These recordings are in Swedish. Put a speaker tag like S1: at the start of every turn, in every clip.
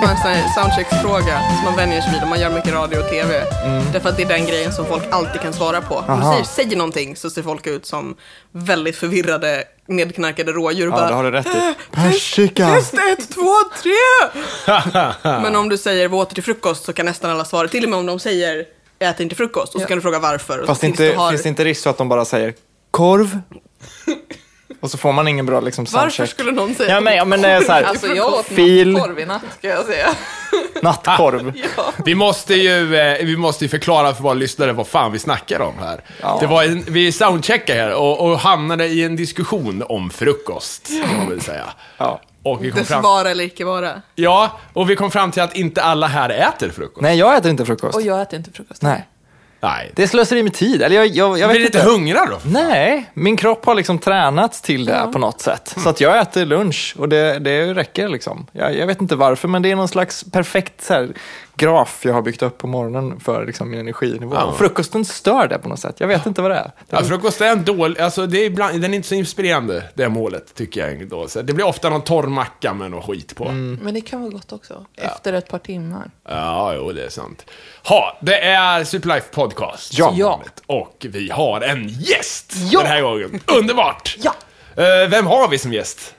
S1: sån här soundcheck-fråga som man vänjer sig vid om man gör mycket radio och tv.
S2: Mm.
S1: Därför att det är den grejen som folk alltid kan svara på. Om du
S3: Aha.
S1: säger, säger någonting så ser folk ut som väldigt förvirrade, nedknarkade rådjur.
S2: Ja, det har du rätt i.
S3: Persika!
S1: Test ett, två, tre! Men om du säger vad åt du till frukost så kan nästan alla svara. Till och med om de säger jag äter inte frukost och så kan du fråga varför. Och
S2: Fast
S1: tills
S2: inte,
S1: du har-
S2: finns det inte risk så att de bara säger korv? Och så får man ingen bra liksom
S1: Varför
S2: soundcheck.
S1: skulle någon säga
S2: Ja men, ja, men det är så här,
S4: Alltså jag åt
S2: Fil.
S4: nattkorv i natt ska
S1: alltså,
S4: jag säga.
S2: nattkorv.
S5: Vi måste, ju, eh, vi måste ju förklara för våra lyssnare vad fan vi snackar om här.
S2: Ja.
S5: Det var en, vi soundcheckade här och, och hamnade i en diskussion om frukost, kan man väl säga.
S2: Ja.
S5: Och vi kom
S1: dess
S5: fram,
S1: vara eller icke vara?
S5: ja, och vi kom fram till att inte alla här äter frukost.
S2: Nej, jag äter inte frukost.
S4: Och jag äter inte frukost.
S2: Nej.
S5: Nej.
S2: Det är slöseri med tid. Eller jag, jag, jag
S5: Jag
S2: vet
S5: blir lite
S2: inte.
S5: hungrig då.
S2: Nej, min kropp har liksom tränats till det här på något sätt.
S1: Mm.
S2: Så att jag äter lunch och det, det räcker liksom. Jag, jag vet inte varför, men det är någon slags perfekt så här, graf jag har byggt upp på morgonen för liksom, min energinivå.
S5: Ja.
S2: Och frukosten stör det på något sätt. Jag vet inte vad det är.
S5: Ja, frukost är en dålig, alltså det är ibland, den är inte så inspirerande, det här målet, tycker jag. Ändå. Så det blir ofta någon torr macka med någon skit på.
S4: Men det kan vara gott också. Efter ett par timmar.
S5: Ja, jo, det är sant. Ha, det är Superlife Podcast.
S2: Ja.
S5: som
S2: Ja.
S5: vanligt. Och vi har en gäst
S2: Ja.
S5: den här gången. Underbart!
S4: Ja.
S5: Eh, vem har vi som gäst?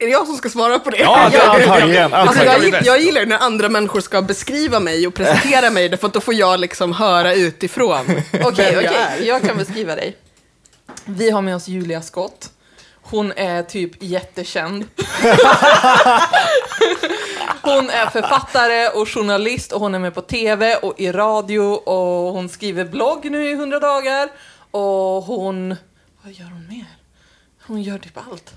S1: Är det jag som ska svara på det?
S5: Ja, det-
S2: Antagligen.
S1: Alltså,
S5: Tack.
S1: jag,
S2: antagligen.
S1: gill- jag gillar ju när andra människor ska beskriva mig och presentera mig, därför att då får jag liksom höra utifrån.
S4: Okej,
S1: vem jag
S4: okej.
S1: är.
S4: Jag kan beskriva dig. Vi har med oss Julia Skott. Hon är typ jättekänd. Hon är författare och journalist och hon är med på TV och i radio och hon skriver blogg nu i 100 dagar. Och hon... Vad gör hon mer? Hon gör typ allt.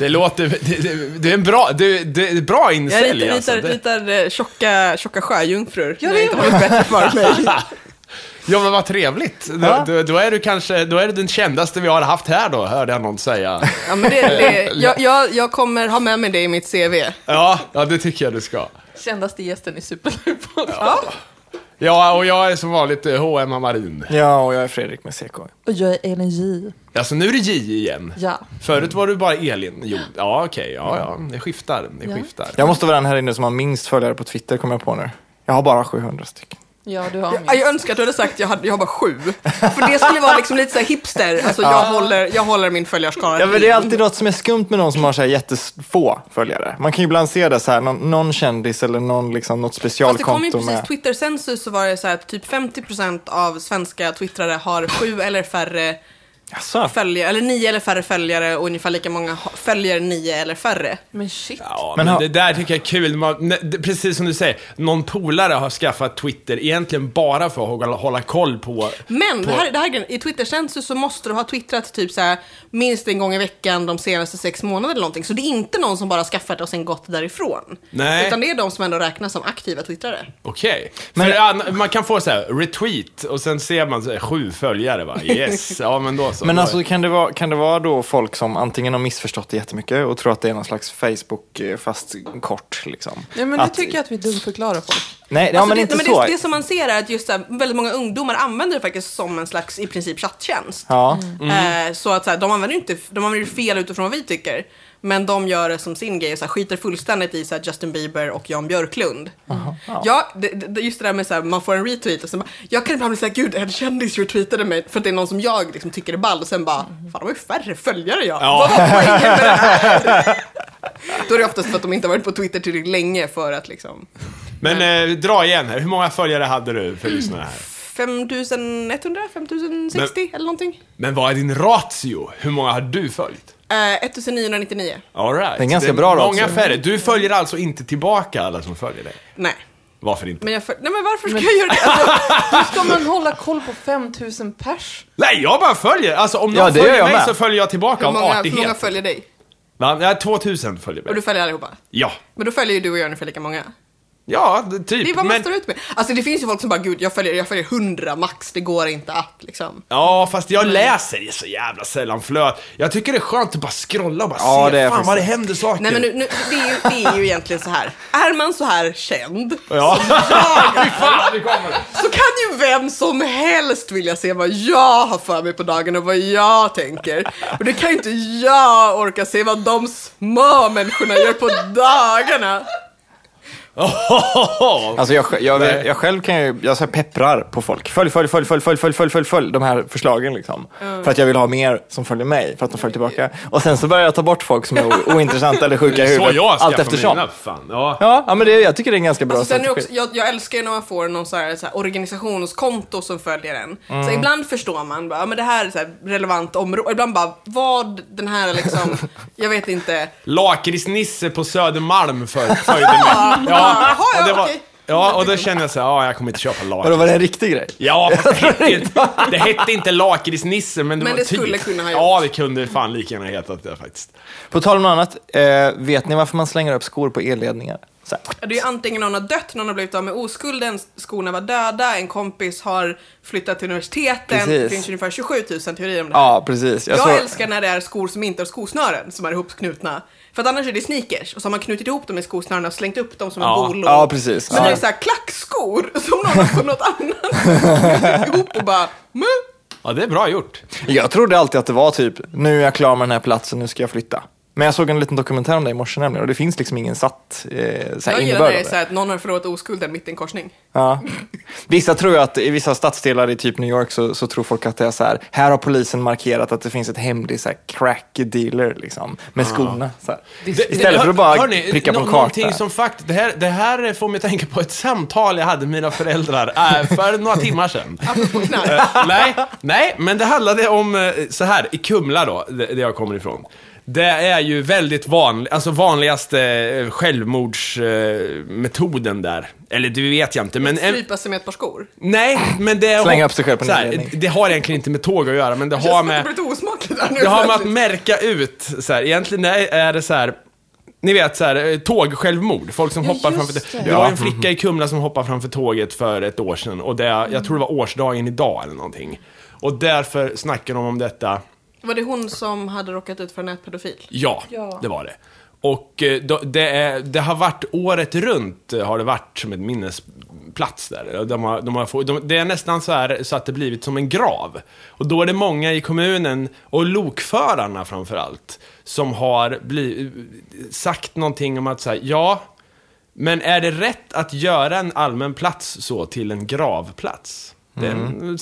S5: Det låter... Det, det, det är en bra... Det, det är bra
S1: Jag
S5: insälj,
S1: ritar,
S5: alltså.
S1: ritar,
S5: Det,
S1: ritar eh, tjocka, tjocka sjöjungfrur.
S4: Ja,
S1: när
S4: det
S1: jag
S4: gör
S1: inte har något bättre för mig.
S5: ja, men vad trevligt.
S2: Ja.
S5: Då, då, då är du kanske... Då är du den kändaste vi har haft här då, hörde jag någon säga.
S1: Ja, men det, det, Eh, jag, jag, jag kommer ha med mig det i mitt CV.
S5: Ja, ja det tycker jag du ska.
S4: Kändaste gästen i Superlife
S5: Ja, och jag är som vanligt eh, H.M. Marin.
S2: Ja, och jag är Fredrik med CK.
S4: Och jag är energi.
S5: Alltså, nu är det J igen.
S4: Ja.
S5: Förut var du bara Elin. Jo, ja, okej. ja, ja. Det skiftar. Det skiftar.
S2: Jag måste vara den här inne som har minst följare på Twitter, kommer jag på nu. Jag har bara 700 stycken.
S4: Ja, du har
S1: Ja,
S4: min.
S1: Jag önskar att du hade sagt jag, hade, jag har bara sju. För det skulle vara liksom lite så här hipster. Alltså jag, håller, jag håller min följarskara.
S2: Ja, men det är
S1: ren.
S2: alltid något som är skumt med någon som har så här jättefå följare. Man kan ju ibland se det så här, någon, någon kändis eller någon, liksom, något
S1: Fast det kom ju
S2: specialkonto
S1: precis
S2: med...
S1: Twitter-census så var det så här att typ 50% av svenska twittrare har sju eller färre
S2: Jaså?
S1: följare, eller nio eller färre följare och ungefär lika många ha- följer nio eller färre.
S4: Men shit.
S5: Ja, men,
S2: Men har-
S5: det där tycker jag är kul. Man, ne- det- precis som du säger, någon polare har skaffat Twitter egentligen bara för att hålla, hålla koll på...
S1: Men
S5: på,
S1: det här, det här, är grejen. i Twitter-census så måste du ha twittrat typ så här minst en gång i veckan de senaste sex månaderna eller någonting. Så det är inte någon som bara skaffat det och sen gått därifrån.
S5: Nej.
S1: Utan det är de som ändå räknas som aktiva twittrare.
S5: Okej.
S2: Men-
S5: För an- Man kan få så här, retweet och sen ser man så här, sju följare va? Yes, ja men då så.
S2: Men
S5: Då-
S2: alltså kan det, vara, kan det vara då folk som antingen har missförstått det jättemycket och tror att det är någon slags Facebook eh, fast kort liksom?
S4: Nej, men nu
S2: Att-
S4: tycker jag att vi dumförklarar folk.
S2: Nej, ja,
S1: Alltså,
S2: men
S1: det,
S2: inte
S1: men
S2: så.
S1: Det, det som man ser är att just så här, väldigt många ungdomar använder det faktiskt som en slags i princip chatttjänst.
S2: Ja.
S5: Mm.
S1: Eh, så att så här, de använder ju inte, de använder ju fel utifrån vad vi tycker. Men de gör det som sin grej och så här, skiter fullständigt i så här, Justin Bieber och Jan Björklund. ja. det, det, just det där med så här, man får en retweet och sen bara, jag kan ibland bli såhär, gud en kändis retweetade mig för att det är någon som jag liksom tycker är ball och sen bara, fan de har ju färre följare jag.
S5: Ja.
S1: Vad var poängen med det här? Då är det oftast för att de inte har varit på Twitter tillräckligt länge för att liksom
S5: Men eh, dra igen här, hur många följare hade du för lyssnarna här?
S1: 5100, 5060 eller någonting.
S5: Men vad är din ratio? Hur många har du följt?
S1: Eh, 1999.
S5: All right.
S2: Det är en ganska bra
S5: Många
S2: ratio.
S5: färre. Du följer alltså inte tillbaka alla som följer dig?
S1: Nej.
S5: Varför inte?
S1: Men, jag för... Nej, men varför ska jag göra det? Alltså,
S4: Hur ska man hålla koll på 5000 pers?
S5: Nej, jag bara följer. Alltså om
S2: Ja,
S5: någon
S2: det gör
S5: följer
S2: jag
S5: mig
S2: med.
S5: så följer jag
S1: hur,
S5: tillbaka av
S1: många, hur många
S5: artighet.
S1: följer dig?
S5: Va? Ja, 2000 följer
S1: Och
S5: mig.
S1: du följer allihopa?
S5: Ja.
S1: Men då följer ju du och jag ungefär lika många.
S5: Ja, det-
S1: Det är
S5: typ.
S1: vad man
S5: Men,
S1: står ut med. Alltså det finns ju folk som bara, gud jag följer, jag följer 100 max, det går inte att liksom.
S5: ja, fast jag läser ju så jävla sällan flöt. Jag tycker det är skönt att bara scrolla och bara
S2: Ja,
S5: se.
S2: det är
S5: Fan
S2: faktiskt-
S5: vad det händer saker.
S1: Nej men nu, nu, det, är ju, det är ju egentligen så här. Är man så här känd
S5: Ja. Fy fan, det kommer.
S1: så kan ju vem som helst vilja se vad jag har för mig på dagen och vad jag tänker. Och det kan ju inte jag orka se vad de små människorna gör på dagarna.
S2: Alltså jag, jag,
S5: Nej.
S2: jag själv kan ju, jag så här pepprar på folk. Följ, följ, följ, följ, följ, följ, följ, följ, följ de här förslagen liksom.
S1: Mm.
S2: För att jag vill ha mer som följer mig, för att de följer tillbaka. Och sen så börjar jag ta bort folk som är o- ointressanta eller sjuka i
S5: Så
S2: huvudet.
S5: jag
S2: allt
S5: skaffar
S2: eftersom.
S5: mina. Fan. Ja.
S2: Ja, ja, men det, jag tycker det är en ganska bra
S1: Alltså, sen är
S2: strategi.
S1: också, jag, jag älskar ju när man får någon så här, så här organisationskonto som följer en.
S2: Mm.
S1: Så ibland förstår man, bara, ja, men det här är så här relevant område. Och Ibland bara, vad den här liksom, jag vet inte.
S5: Lakritsnisse på Södermalm för, följde mig.
S1: Jaha, ja,
S5: och det var,
S1: okej.
S5: ja, och då kände jag så här, ja, jag kommer inte köpa
S2: Vadå,
S5: lakrits.
S2: var det en riktig grej?
S5: Ja, fast det hette, inte- det hette inte lakritsnisse, men det
S1: Men
S5: var
S1: det
S5: typ.
S1: skulle kunna ha gjort.
S5: Ja, det kunde fan lika gärna hetat det faktiskt.
S2: På tal om något annat, eh, vet ni varför man slänger upp skor på elledningar? Så här.
S1: Ja, Det är ju antingen någon har dött, någon har blivit av med oskulden, skorna var döda, en kompis har flyttat till universiteten. Det
S2: Precis.
S1: finns ungefär 27 000 teorier om det här.
S2: Ja, precis.
S1: Jag,
S2: såg-
S1: älskar när det är skor som inte har skosnören som är ihopknutna. För att annars är det sneakers och så har man knutit ihop dem i skosnören och slängt upp dem som
S5: Ja.
S1: en bolo.
S2: Ja, precis.
S1: Men när det
S2: Ja.
S1: är såhär klackskor som någon har på något annat ihop och bara "Mö."
S5: Ja, det är bra gjort.
S2: Jag trodde alltid att det var typ, nu är jag klar med den här platsen, nu ska jag flytta. Men jag såg en liten dokumentär om det i morse nämligen och det finns liksom ingen satt eh, så här
S1: Jag gillar
S2: innebörd
S1: när
S2: av
S1: det är
S2: det.
S1: såhär att någon har förlorat oskulden mitt i en korsning.
S2: Ja. Vissa tror ju att i vissa stadsdelar i typ New York så, så tror folk att det är så här, här har polisen markerat att det finns ett hemlig så här, crack dealer liksom, med skorna. Så här. Istället för att bara pricka på en
S5: Ah. nå-
S2: karta.
S5: Någonting som fakt det, här, det här får mig att tänka på ett samtal jag hade med mina föräldrar eh, för några timmar sedan.
S1: Apropå knark.
S5: Eh, nej, nej, men det handlade om eh, så här, i Kumla då, d- där jag kommer ifrån. Det är ju väldigt vanligt, alltså vanligaste eh, självmordsmetoden där. Eller det vet jag inte, men... en-
S1: Strypa sig med ett par skor.
S5: nej, men det...
S2: Slänga upp sig själv på en
S5: så här,
S2: anledning.
S5: Det har egentligen inte med tåg att göra, men det
S1: Det
S5: har
S1: känns som att
S5: med...
S1: det blir lite osmakligt där nu.
S5: Det har med att
S1: plötsligt.
S5: märka ut, så här. egentligen är- är det så här. Ni vet så här, eh, tågsjälvmord, folk som hoppar framför det. Det var en flicka i Kumla som hoppade framför tåget för ett år sedan och det, jag tror det var årsdagen idag eller någonting. Och därför snackar de om detta,
S1: Var det hon som hade råkat ut för en nätpedofil?
S5: ja,
S4: Ja.
S5: det var det. Och eh, då- det, är, det har varit året runt, eh, har det varit som ett minnesplats där. De har, de har, få- de, det är nästan så här så att det blivit som en grav. Och då är det många i kommunen, och lokförarna framför allt, som har bli, sagt någonting om att så här, ja, men är det rätt att göra en allmän plats så till en gravplats? Den,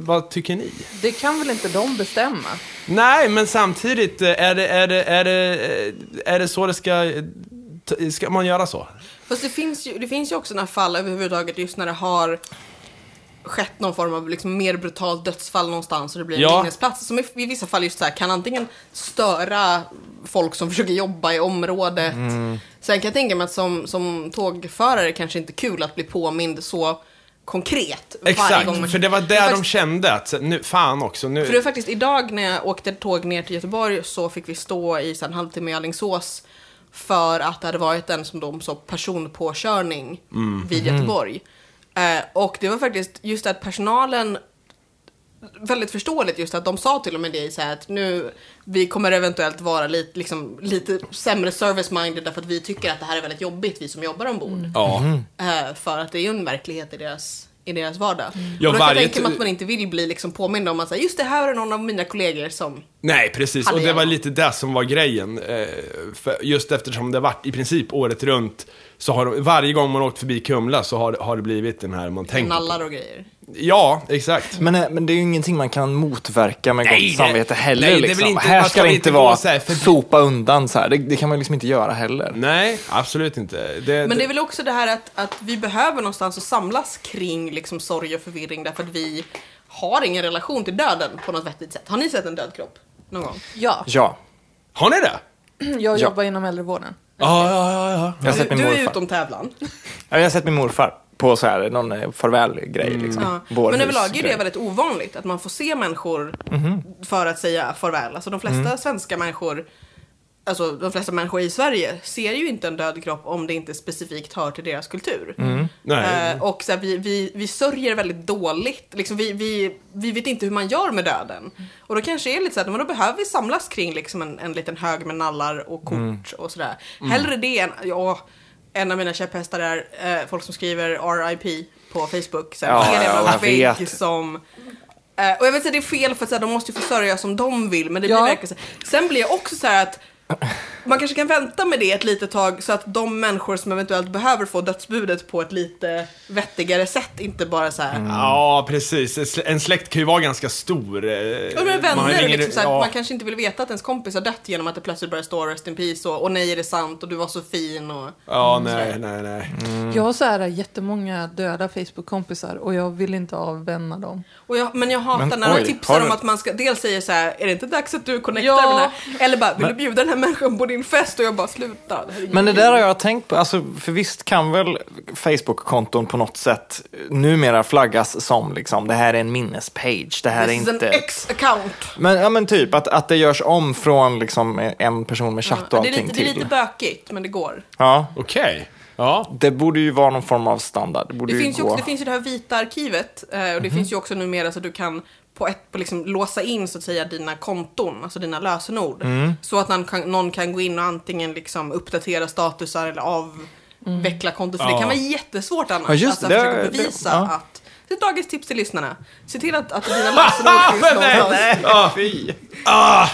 S5: Vad tycker ni?
S4: Det kan väl inte de bestämma?
S5: Nej, men samtidigt, eh, är det, är det, är det, är det så det ska... eh, t- Ska man göra så?
S1: Fast det finns ju, det finns ju också några fall överhuvudtaget just när det har skett någon form av liksom mer brutalt dödsfall någonstans och det blir en
S5: Ja.
S1: minnesplats som i, i vissa fall just så här, kan antingen störa folk som försöker jobba i området.
S5: Mm.
S1: Sen kan jag tänka mig att som, som tågförare kanske inte är kul att bli påmind så konkret varje gång. man-
S5: Exakt, för det var
S1: är
S5: där de
S1: faktiskt-
S5: kände att så- nu, fan också, nu...
S1: för det var faktiskt idag när jag åkte tåg ner till Göteborg så fick vi stå i så här en halvtimme i Alingsås för att det hade varit en som de sa personpåkörning vid Göteborg. Eh, och det var faktiskt just att personalen väldigt förståeligt just att de sa till och med det i så här att nu vi kommer eventuellt vara lite, liksom, lite sämre service-minded därför att vi tycker att det här är väldigt jobbigt, vi som jobbar ombord.
S5: Ja.
S1: Eh, För att det är ju en verklighet i deras, i deras vardag.
S5: Ja,
S1: och då kan
S5: varje
S1: jag tänka mig
S5: t-
S1: att man inte vill bli liksom påmind om att säga, just det här är någon av mina kollegor som...
S5: Nej, precis.
S1: Hade
S5: Och det
S1: jag.
S5: var lite det som var grejen. eh, För just eftersom det varit i princip året runt, så har de, varje gång man åkt förbi Kumla så har, har det blivit den här man tänker på.
S1: Nallar och grejer.
S5: Ja, exakt.
S2: Men, eh, men det är ju ingenting man kan motverka med gott
S5: Nej, det-
S2: samvete heller.
S5: nej, det är väl
S2: liksom.
S5: inte-
S2: här
S5: man
S2: ska
S5: kan
S2: det
S5: inte
S2: inte
S5: gå
S2: vara
S5: så här förbi-
S2: sopa undan så här. Det, det kan man liksom inte göra heller.
S5: Nej, absolut inte. Det,
S1: Men det är väl också det här att, att vi behöver någonstans att samlas kring liksom sorg och förvirring därför att vi har ingen relation till döden på något vettigt sätt. Har ni sett en död kropp? Någon gång?
S4: Ja,
S2: Ja,
S5: Har ni det?
S4: jag jobbar inom äldrevården.
S5: Ja, ja, ja. ja.
S2: jag har
S1: Du,
S2: sett min
S1: du är
S2: morfar.
S1: utom tävlan.
S2: Ja, jag har sett min morfar på så här, någon eh, farväl-grej. Liksom.
S1: Ja.
S2: Vårhus-
S1: Men överlag är det
S2: grej.
S1: väldigt ovanligt att man får se människor för att säga farväl. Alltså de flesta svenska människor, alltså de flesta människor i Sverige ser ju inte en död kropp om det inte specifikt hör till deras kultur.
S2: Mm.
S5: Nej.
S1: Eh, och så här, vi, vi, vi sörjer väldigt dåligt. Liksom, vi, vi, vi vet inte hur man gör med döden. Och då kanske det är lite så här, men då behöver vi samlas kring liksom en, en liten hög med nallar och kort
S2: Mm.
S1: och sådär. Hellre det än, ja, en av mina käpphästar är eh, folk som skriver RIP på Facebook. Så här,
S2: Ja,
S1: ja, en jävla
S2: ja, jag
S1: vägg
S2: vet.
S1: som... eh, och jag vet att det är fel för att så här, de måste ju försörja som de vill, men det
S4: Ja.
S1: blir verkligen så här. Sen blir jag också så här att man kanske kan vänta med det ett litet tag så att de människor som eventuellt behöver få dödsbudet på ett lite vettigare sätt inte bara så här.
S2: Mm.
S5: Ja, precis. En slä- En släkt kan ju vara ganska stor. eh,
S1: Ja, men
S5: man
S1: vänner,
S5: ringer-
S1: liksom, såhär,
S5: ja.
S1: man kanske inte vill veta att ens kompis har dött genom att det plötsligt börjar stå rest in peace och, och nej är det sant och du var så fin och...
S5: Ja,
S1: Mm.
S5: nej, nej, nej.
S2: Mm.
S4: Jag har så här jättemånga döda Facebook-kompisar och jag vill inte avvända dem.
S1: och jag, men jag hatar
S2: Men
S1: när de
S2: oj,
S1: tipsar
S2: har
S1: om
S2: du-
S1: att man ska, dels säger så här: är det inte dags att du connectar
S4: Ja.
S1: med den här? Eller bara, vill du bjuda den här människan på din fest? Och jag bara, sluta. det här är
S2: Men det
S1: ingen-
S2: där har jag tänkt på, alltså, för visst kan väl Facebook-konton på något sätt numera flaggas som liksom, det här är en minnespage, det här är
S1: This is an
S2: inte...
S1: X-account.
S2: Men, ja, men typ att, att det görs om från liksom, en person med chatt och
S1: Ja, det, är
S2: allting
S1: lite, det är lite
S2: till.
S1: bökigt, men det går.
S2: Ja,
S5: Okej. Ja.
S2: det borde ju vara någon form av standard. Det Mhm. borde
S1: Det
S2: ju
S1: finns, ju
S2: gå.
S1: också, det finns ju det här vita arkivet eh, och det finns ju också numera så att du kan på ett, på liksom låsa in så att säga dina konton, alltså dina lösenord.
S2: Mm.
S1: Så att någon kan, någon kan gå in och antingen liksom uppdatera statusar eller avveckla kontot. För det
S5: Ja.
S1: kan vara jättesvårt annars.
S2: Mm. Ja, just
S1: alltså,
S2: det.
S1: att försöka
S2: Det- det-
S1: bevisa
S2: ja.
S1: att... Så ett dagens tips till lyssnarna. Se till att, att dina lösenord finns någonstans.
S5: Ja. Ah.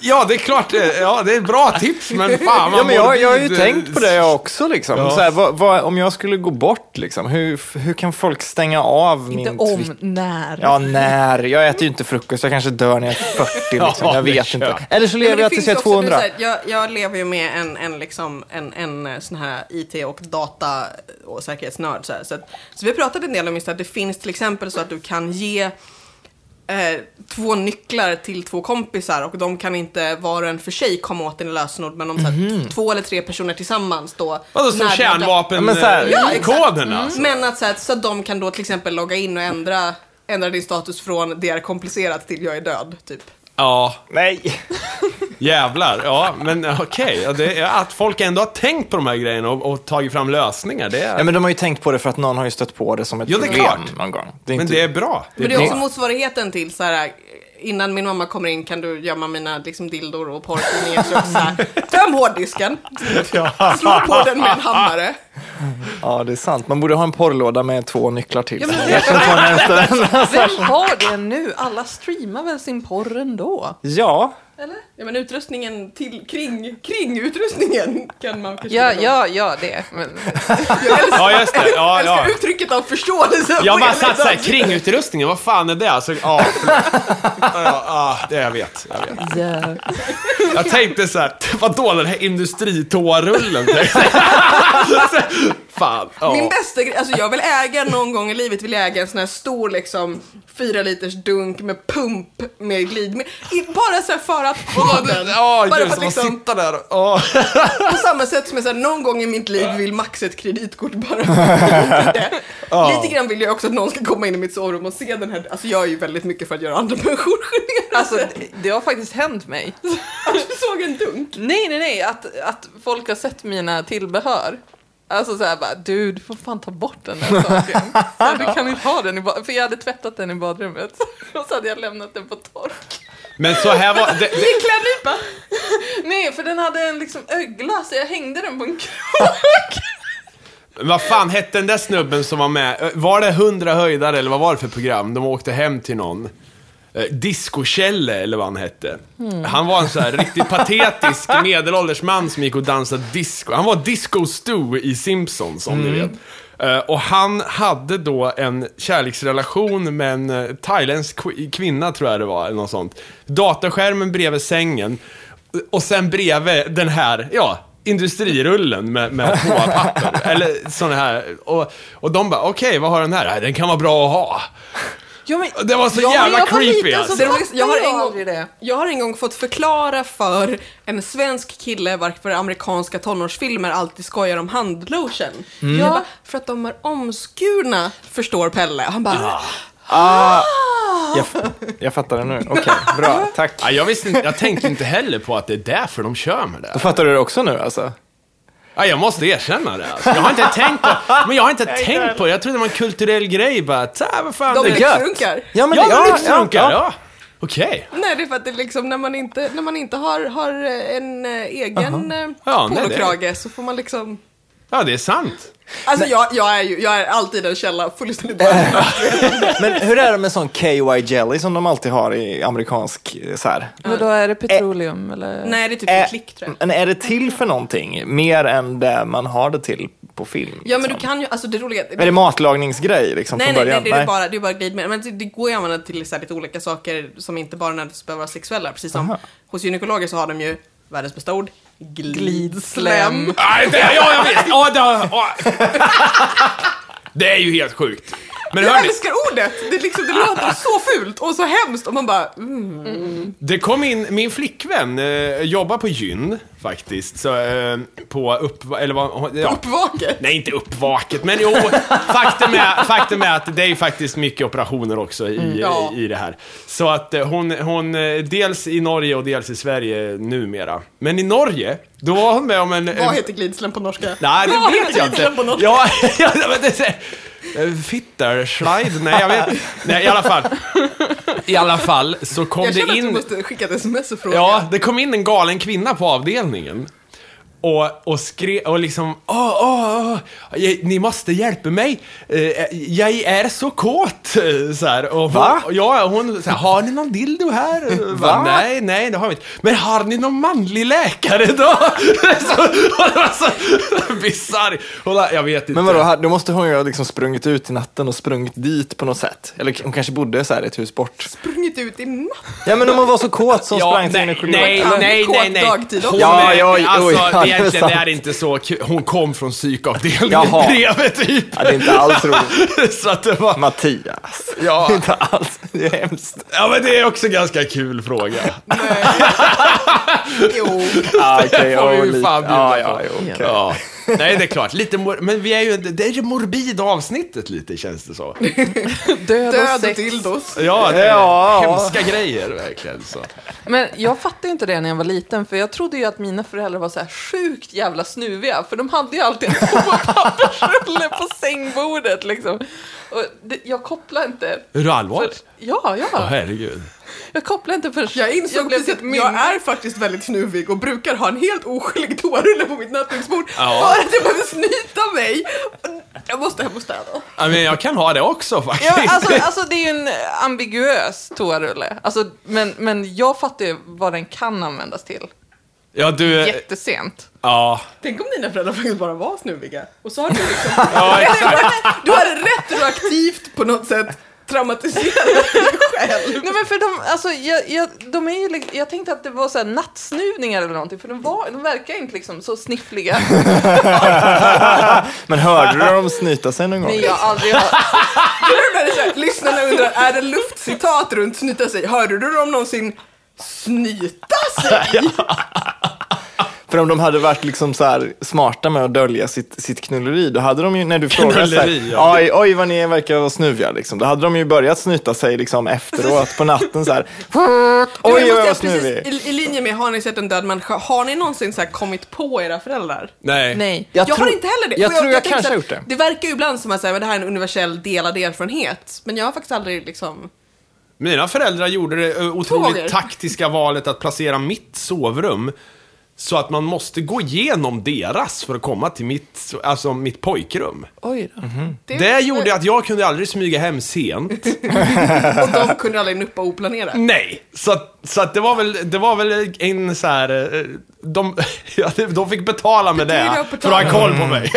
S5: Ja, det är klart. eh, Ja, det är ett bra tips, men fan. eh, man
S2: Ja, men jag,
S5: borde
S2: jag har ju
S5: bli-
S2: tänkt på det jag också. Liksom.
S5: Ja.
S2: Så här, vad, vad, om jag skulle gå bort, liksom, hur, hur kan folk stänga av
S4: Inte
S2: min Twitter?
S4: om, när.
S2: Ja, när? Jag äter ju inte frukost. Jag kanske dör när jag är 40. Liksom.
S5: Ja,
S2: Jag
S5: det
S2: vet
S5: kör.
S2: inte. Eller så
S1: Ja, men
S2: lever
S1: det
S2: jag tills
S1: finns
S2: jag är
S1: ju också nu
S2: 200.
S1: så här, jag, jag lever ju med en, en, liksom, en, en eh, sån här IT och data eh, och säkerhetsnörd. Så, här, så, att, så vi pratade en del om just att det finns till exempel så att du kan ge eh, två nycklar till två kompisar och de kan inte var och en för sig komma åt dina lösenord men om så här, t- två eller tre personer tillsammans då...
S5: Mhm. Vadå, som
S1: när-
S2: Ja, men så här-
S1: Ja, exakt. Mm.
S5: kärnvapenkoden alltså?
S1: Men att så, här, så att de kan då till exempel logga in och ändra, ändra din status från det är komplicerat till jag är död, typ.
S5: Ja,
S2: Nej.
S5: jävlar. Ja, men eh, okej. Ja, det är- att folk ändå har tänkt på de här grejerna och, och tagit fram lösningar, det är...
S2: Ja, men de har ju tänkt på det för att någon har ju stött på det som ett
S5: Ja, det är
S2: problem
S5: klart.
S2: någon gång. Det är
S5: men
S2: inte...
S5: det är bra. Det
S1: Men
S5: är
S1: det är
S5: bra.
S1: också motsvarigheten till så här, innan min mamma kommer in kan du gömma mina liksom, dildor och porrtidningar. Så jag så här, töm hårddisken, slå på den med en hammare.
S2: Ja, det är sant. Man borde ha en porrlåda med två nycklar till.
S1: Ja, men-
S2: Jag kan ta den efter den.
S4: Vem har det nu? Alla streamar väl sin porr ändå?
S2: Ja,
S1: Eller? Ja men utrustningen till, kring, kring utrustningen kan man kanske
S4: Ja, ja, ja, det. Men,
S1: Jag älskar,
S5: Ja, just det. Ja,
S1: jag älskar
S5: ja.
S1: uttrycket av förståelse.
S5: Jag
S1: på
S5: bara
S1: hela
S5: satt såhär,
S1: dagen.
S5: kringutrustningen, vad fan är det? Alltså, ja, ja, ja, det jag vet. Jag, vet.
S4: ja.
S5: jag tänkte såhär, vadå den här industritoarullen? fan, ja.
S1: Min bästa grej, alltså jag vill äga någon gång i livet vill jag äga en sån här stor liksom fyra liters dunk med pump med glidmedel. I- Bara så här för att ha den.
S5: Ja,
S1: bara för
S5: just
S1: att
S5: det, man
S1: liksom
S5: sitter där och... ja.
S1: På samma sätt som jag så här, någon gång i mitt liv vill max ett kreditkort bara. för det. Lite grann vill jag också att någon ska komma in i mitt sovrum och se den här. Alltså jag är ju väldigt mycket för att göra andra människor generade.
S4: Alltså, det- det har faktiskt hänt mig.
S1: Att Alltså, du såg en dunk.
S4: Nej, nej, nej, att, att folk har sett mina tillbehör. Alltså så här bara, du, du får fan ta bort den där saken. Så här, du kan inte ha den i badrummet. För jag hade tvättat den i badrummet. Och så hade jag lämnat den på tork.
S5: Men så här var... Det, det,
S4: I klädnypa? Nej, för den hade en liksom ögla, så jag hängde den på en krok.
S5: Vad fan hette den där snubben som var med? Eh, Var det 100 höjdare eller vad var det för program? De åkte hem till någon. Eh, Disco-Kjelle eller vad han hette. Han var en så här riktigt patetisk medelålders man som gick och dansade disco. Han var Disco Stu i Simpsons om ni vet. Eh, och han hade då en kärleksrelation med en eh, thailändsk kvi- kvinna tror jag det var, eller något sånt. Dataskärmen bredvid sängen. Och sen bredvid den här, ja, industrirullen med, med toapapper. eller sån här. Och, och de bara, okej, vad har den här? "Nej, Den kan vara bra att ha.
S4: Ja, men,
S5: Det var så
S4: Ja, men
S5: jävla
S4: jag var liten
S5: creepy
S4: så
S5: alltså.
S1: Det roligaste, jag, har
S4: Fattar
S1: en
S4: jag
S1: gång,
S4: aldrig det?
S1: jag har en gång fått förklara för en svensk kille varför amerikanska tonårsfilmer alltid skojar om handlotion.
S4: Mm.
S1: Jag bara, för att de är omskurna, förstår Pelle. Han bara,
S2: ah, jag, jag fattar det nu. Okej, bra. Tack.
S5: Ja, jag, visste inte, jag tänkte inte heller på att det är därför de kör med det.
S2: Då fattar du det också nu alltså?
S5: Ja, jag måste erkänna det. Alltså. Jag har inte tänkt på men jag har inte tänkt på det. Jag trodde det var en kulturell grej bara. "Så här, vad fan.
S1: de
S5: det
S2: är gött.
S1: lyxrunkar.
S2: Ja, men
S5: ja,
S2: det-
S5: men det funkar. Ja, Okej.
S1: Nej, det är för att det är liksom när man inte, när man inte har, har en eh, egen uh
S5: Ja, nej, det-
S1: polokrage så får man liksom...
S5: Ja, det är sant.
S1: Alltså jag, jag, är ju, jag är alltid en källa fullständigt bara.
S2: Men hur är det med sån KY Jelly som de alltid har i amerikansk eh, så här?
S4: Men då är det petroleum eller?
S1: Nej, det är typ
S2: Ä-
S1: en klick tror jag.
S2: Men är det till för någonting mer än det man har det till på film?
S1: Ja, men du
S2: liksom?
S1: kan ju, alltså det roliga...
S2: Är det matlagningsgrej liksom
S1: Nej,
S2: från
S1: nej, nej,
S2: början?
S1: det är bara, det är bara glidmedel. Men det, det går ju att använda till så här, lite olika saker som inte bara nödvändigtvis behöver vara sexuella. Precis som
S2: Aha.
S1: hos gynekologer så har de ju världens bästa ord. Glidslem.
S4: Glidslem.
S5: Nej, det, ja, jag vet. Ja, det, ja. det är ju helt sjukt. Men
S1: Jag
S5: hörni,
S1: älskar ordet! Det, är liksom, det låter så fult och så hemskt och man bara... Mm.
S5: det kom in, min flickvän eh, jobbar på gyn faktiskt. Så, eh, på upp... Eller vad... Ja.
S1: Uppvaket.
S5: Nej, inte uppvaket, men jo, faktum är, faktum är att det är ju faktiskt mycket operationer också i,
S1: Mm, Ja.
S5: i det här. Så att eh, hon, hon, eh, dels i Norge och dels i Sverige numera. Men i Norge, då var hon med om en... en-
S1: Vad heter glidslem på norska?
S5: Nej,
S1: Vad
S5: det vet
S1: heter
S5: jag
S1: glidslem På
S5: inte.
S1: norska?
S5: Ja, ja, men det är så här- eh, Fitterslide? Nej, jag vet Nej, i alla fall. I alla fall så kom
S1: Jag
S5: det
S1: känner att
S5: in...
S1: du måste skicka ett sms och fråga.
S5: Ja, det kom in en galen kvinna på avdelningen. Och, och skrev, och liksom, åh, åh, åh, jag- ni måste hjälpa mig, Eh, jag är så kåt. eh, Så här. Och hon,
S2: Va?
S5: och Ja, hon så här, har ni någon dildo här? Eh,
S2: Va?
S5: Nej, nej, det har vi inte. Men har ni någon manlig läkare då? så, och det var så bisarr. Hon bara, Jag vet inte.
S2: Men vadå, ha- då måste hon ju ha liksom sprungit ut i natten och sprungit dit på något sätt. Eller k- hon kanske bodde så här i ett hus bort.
S1: Sprungit ut i natten.
S2: Ja men om hon var så kåt som
S5: Ja,
S2: sprang till
S5: nej,
S2: gynekologen.
S5: nej, nej,
S1: Kåt
S5: nej, nej.
S1: dagtid också.
S5: Hon
S2: Ja,
S5: är,
S2: ja, oj,
S5: alltså,
S2: oj, ja, det är
S5: egentligen, det är
S2: sant.
S5: inte så kul. Hon kom från psykavdelningen
S2: Jaha.
S5: bredvid typ.
S2: Ja, det är inte alls roligt.
S5: Så att det var...
S2: Mattias.
S5: Ja.
S2: Det är inte alls, det är hemskt.
S5: Ja, men det är också en ganska kul fråga.
S1: Jo.
S2: Ah, okay,
S5: får vi ju fan bjuda
S2: ja, ja,
S5: på.
S2: jo, okej.
S5: Ja. Nej, det är klart. Lite mor- men vi är ju... Det är ju morbid avsnittet lite, känns det så.
S4: Död, och
S1: Död och
S4: sex.
S1: dildos.
S5: Ja, det är
S2: Ja.
S5: hemska grejer verkligen. Så.
S4: Men jag fattade inte det när jag var liten för jag trodde ju att mina föräldrar var så här sjukt jävla snuviga för de hade ju alltid en toapappersrulle på sängbordet liksom. Och det, jag kopplar inte.
S5: Är du allvarlig?
S4: Ja,
S5: Ja,
S4: ja.
S5: herregud.
S4: Jag kopplar inte förrän
S1: Jag insåg
S4: blev
S1: precis
S4: ett
S1: att
S4: minne.
S1: jag är faktiskt väldigt snuvig och brukar ha en helt oskyldig toarulle på mitt nattduksbord
S5: Ja.
S1: för att jag behöver snyta mig. Jag måste hem och städa.
S5: Ja, men jag kan ha det också faktiskt.
S4: Ja, alltså, alltså det är ju en ambiguös toarulle. Alltså, men, men jag fattar ju vad den kan användas till.
S5: Ja, du...
S4: Jättesent.
S5: Ja.
S1: Tänk om dina föräldrar faktiskt bara var snuviga. Och så har du liksom...
S5: Ja,
S1: Du har retroaktivt på något sätt traumatiserat dig själv.
S4: Nej men för de, alltså, jag, jag, de är ju, lik- jag tänkte att det var så här nattsnuvningar eller någonting, för de, var, de verkar inte liksom så sniffliga.
S2: Men hörde du dem snyta sig någon gång?
S4: Nej, jag har aldrig hört.
S1: När det är så här, Lyssnarna undrar, är det luftcitat runt snyta sig? Hörde du dem någonsin snyta sig?
S2: För om de hade varit liksom så här smarta med att dölja sitt, sitt knulleri, då hade de ju, när du frågade så här,
S5: Knulleri, ja.
S2: oj, oj vad ni verkar vara snuviga, liksom, då hade de ju börjat snyta sig liksom efteråt på natten så här, oj
S1: Men
S2: oj
S1: jag måste
S2: vad
S1: säga,
S2: snuvig.
S1: precis, i, I linje med har ni sett en död människa, har ni någonsin så här kommit på era föräldrar?
S5: Nej.
S4: Nej.
S1: Jag,
S2: tror-
S1: har inte heller det.
S2: Jag
S1: Och
S2: tror jag,
S1: tänker
S2: kanske
S1: så
S2: har
S1: här,
S2: gjort det.
S1: Det verkar ju ibland som att säga, men det här är en universell delad erfarenhet. Men jag har faktiskt aldrig liksom...
S5: Mina föräldrar gjorde det eh, otroligt
S1: Tåger.
S5: taktiska valet att placera mitt sovrum så att man måste gå igenom deras för att komma till mitt, alltså mitt pojkrum.
S4: Oj då.
S5: Det, gjorde att jag kunde aldrig smyga hem sent.
S1: Och de kunde aldrig nuppa oplanerat.
S5: Nej! Så, att- så att det var väl, det var väl en så här... eh, De, ja, de fick betala med
S1: Betala
S5: det
S1: och
S5: för
S1: betala.
S5: att ha koll på mig.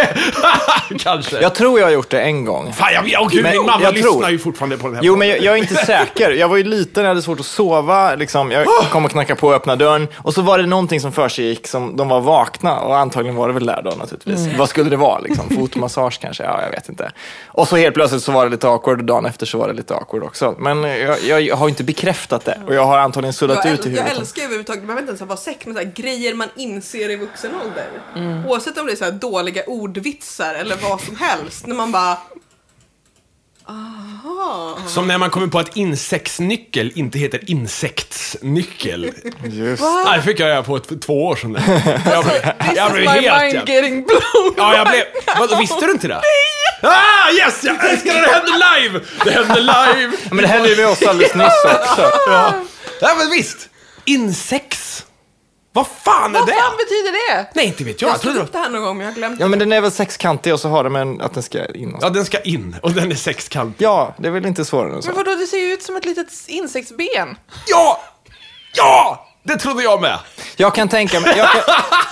S5: Kanske.
S2: Jag tror jag har gjort det en gång.
S5: Fan, jag, jag, gud,
S2: Men
S5: min mamma
S2: jag
S5: lyssnar
S2: tror-
S5: ju fortfarande på den här
S2: Jo, men jag, jag är inte säker. Jag var ju liten, jag hade svårt att sova. Liksom. Jag
S1: Ah!
S2: kom och knackade på och öppnade dörren. Och så var det någonting som försiggick som de var vakna. Och antagligen var det väl där då naturligtvis.
S1: Mm.
S2: Vad skulle det vara? Liksom? Fotmassage kanske? Ja, jag vet inte. Och så helt plötsligt så var det lite awkward och dagen efter så var det lite awkward också. Men jag, jag har ju inte bekräftat det. Och jag har antagligen suddat
S1: Jag,
S2: ut i
S1: äl- jag
S2: huvudet.
S1: älskar ju överhuvudtaget, man behöver inte ens vara sex, men så här, grejer man inser i vuxen ålder.
S2: Mm.
S1: Oavsett om det är så här dåliga ordvitsar eller vad som helst. När man bara... Aha.
S5: Som när man kommer på att insektsnyckel inte heter insektsnyckel.
S2: Just.
S5: Nej, det fick jag göra på ett, för två år sedan. Jag blev,
S4: This
S5: jag
S4: is
S5: blev
S4: my
S5: helt
S4: mind
S5: jävla-
S4: getting blown.
S5: Ja, jag blev... Vadå, visste du inte det? Nej! Ah, yes! Jag älskar när det händer live! Det händer live!
S2: Men det hände ju med oss alldeles nyss också.
S5: Ja, men visst! Insekts. Vad fan är
S4: Vad
S5: det?
S4: fan betyder det?
S5: Nej, inte vet jag.
S1: Jag har
S5: jag
S1: slagit
S5: trodde
S1: upp det här någon gång men jag har glömt.
S2: Ja, men den är väl sexkantig och så har de en, att den ska in någonstans.
S5: Ja, den ska in och den är sexkantig.
S2: Ja, det är väl inte svårare än så.
S4: Men vadå, det ser ju ut som ett litet insektsben.
S5: Ja! Ja! Det trodde jag med.
S2: Jag kan tänka mig, jag kan,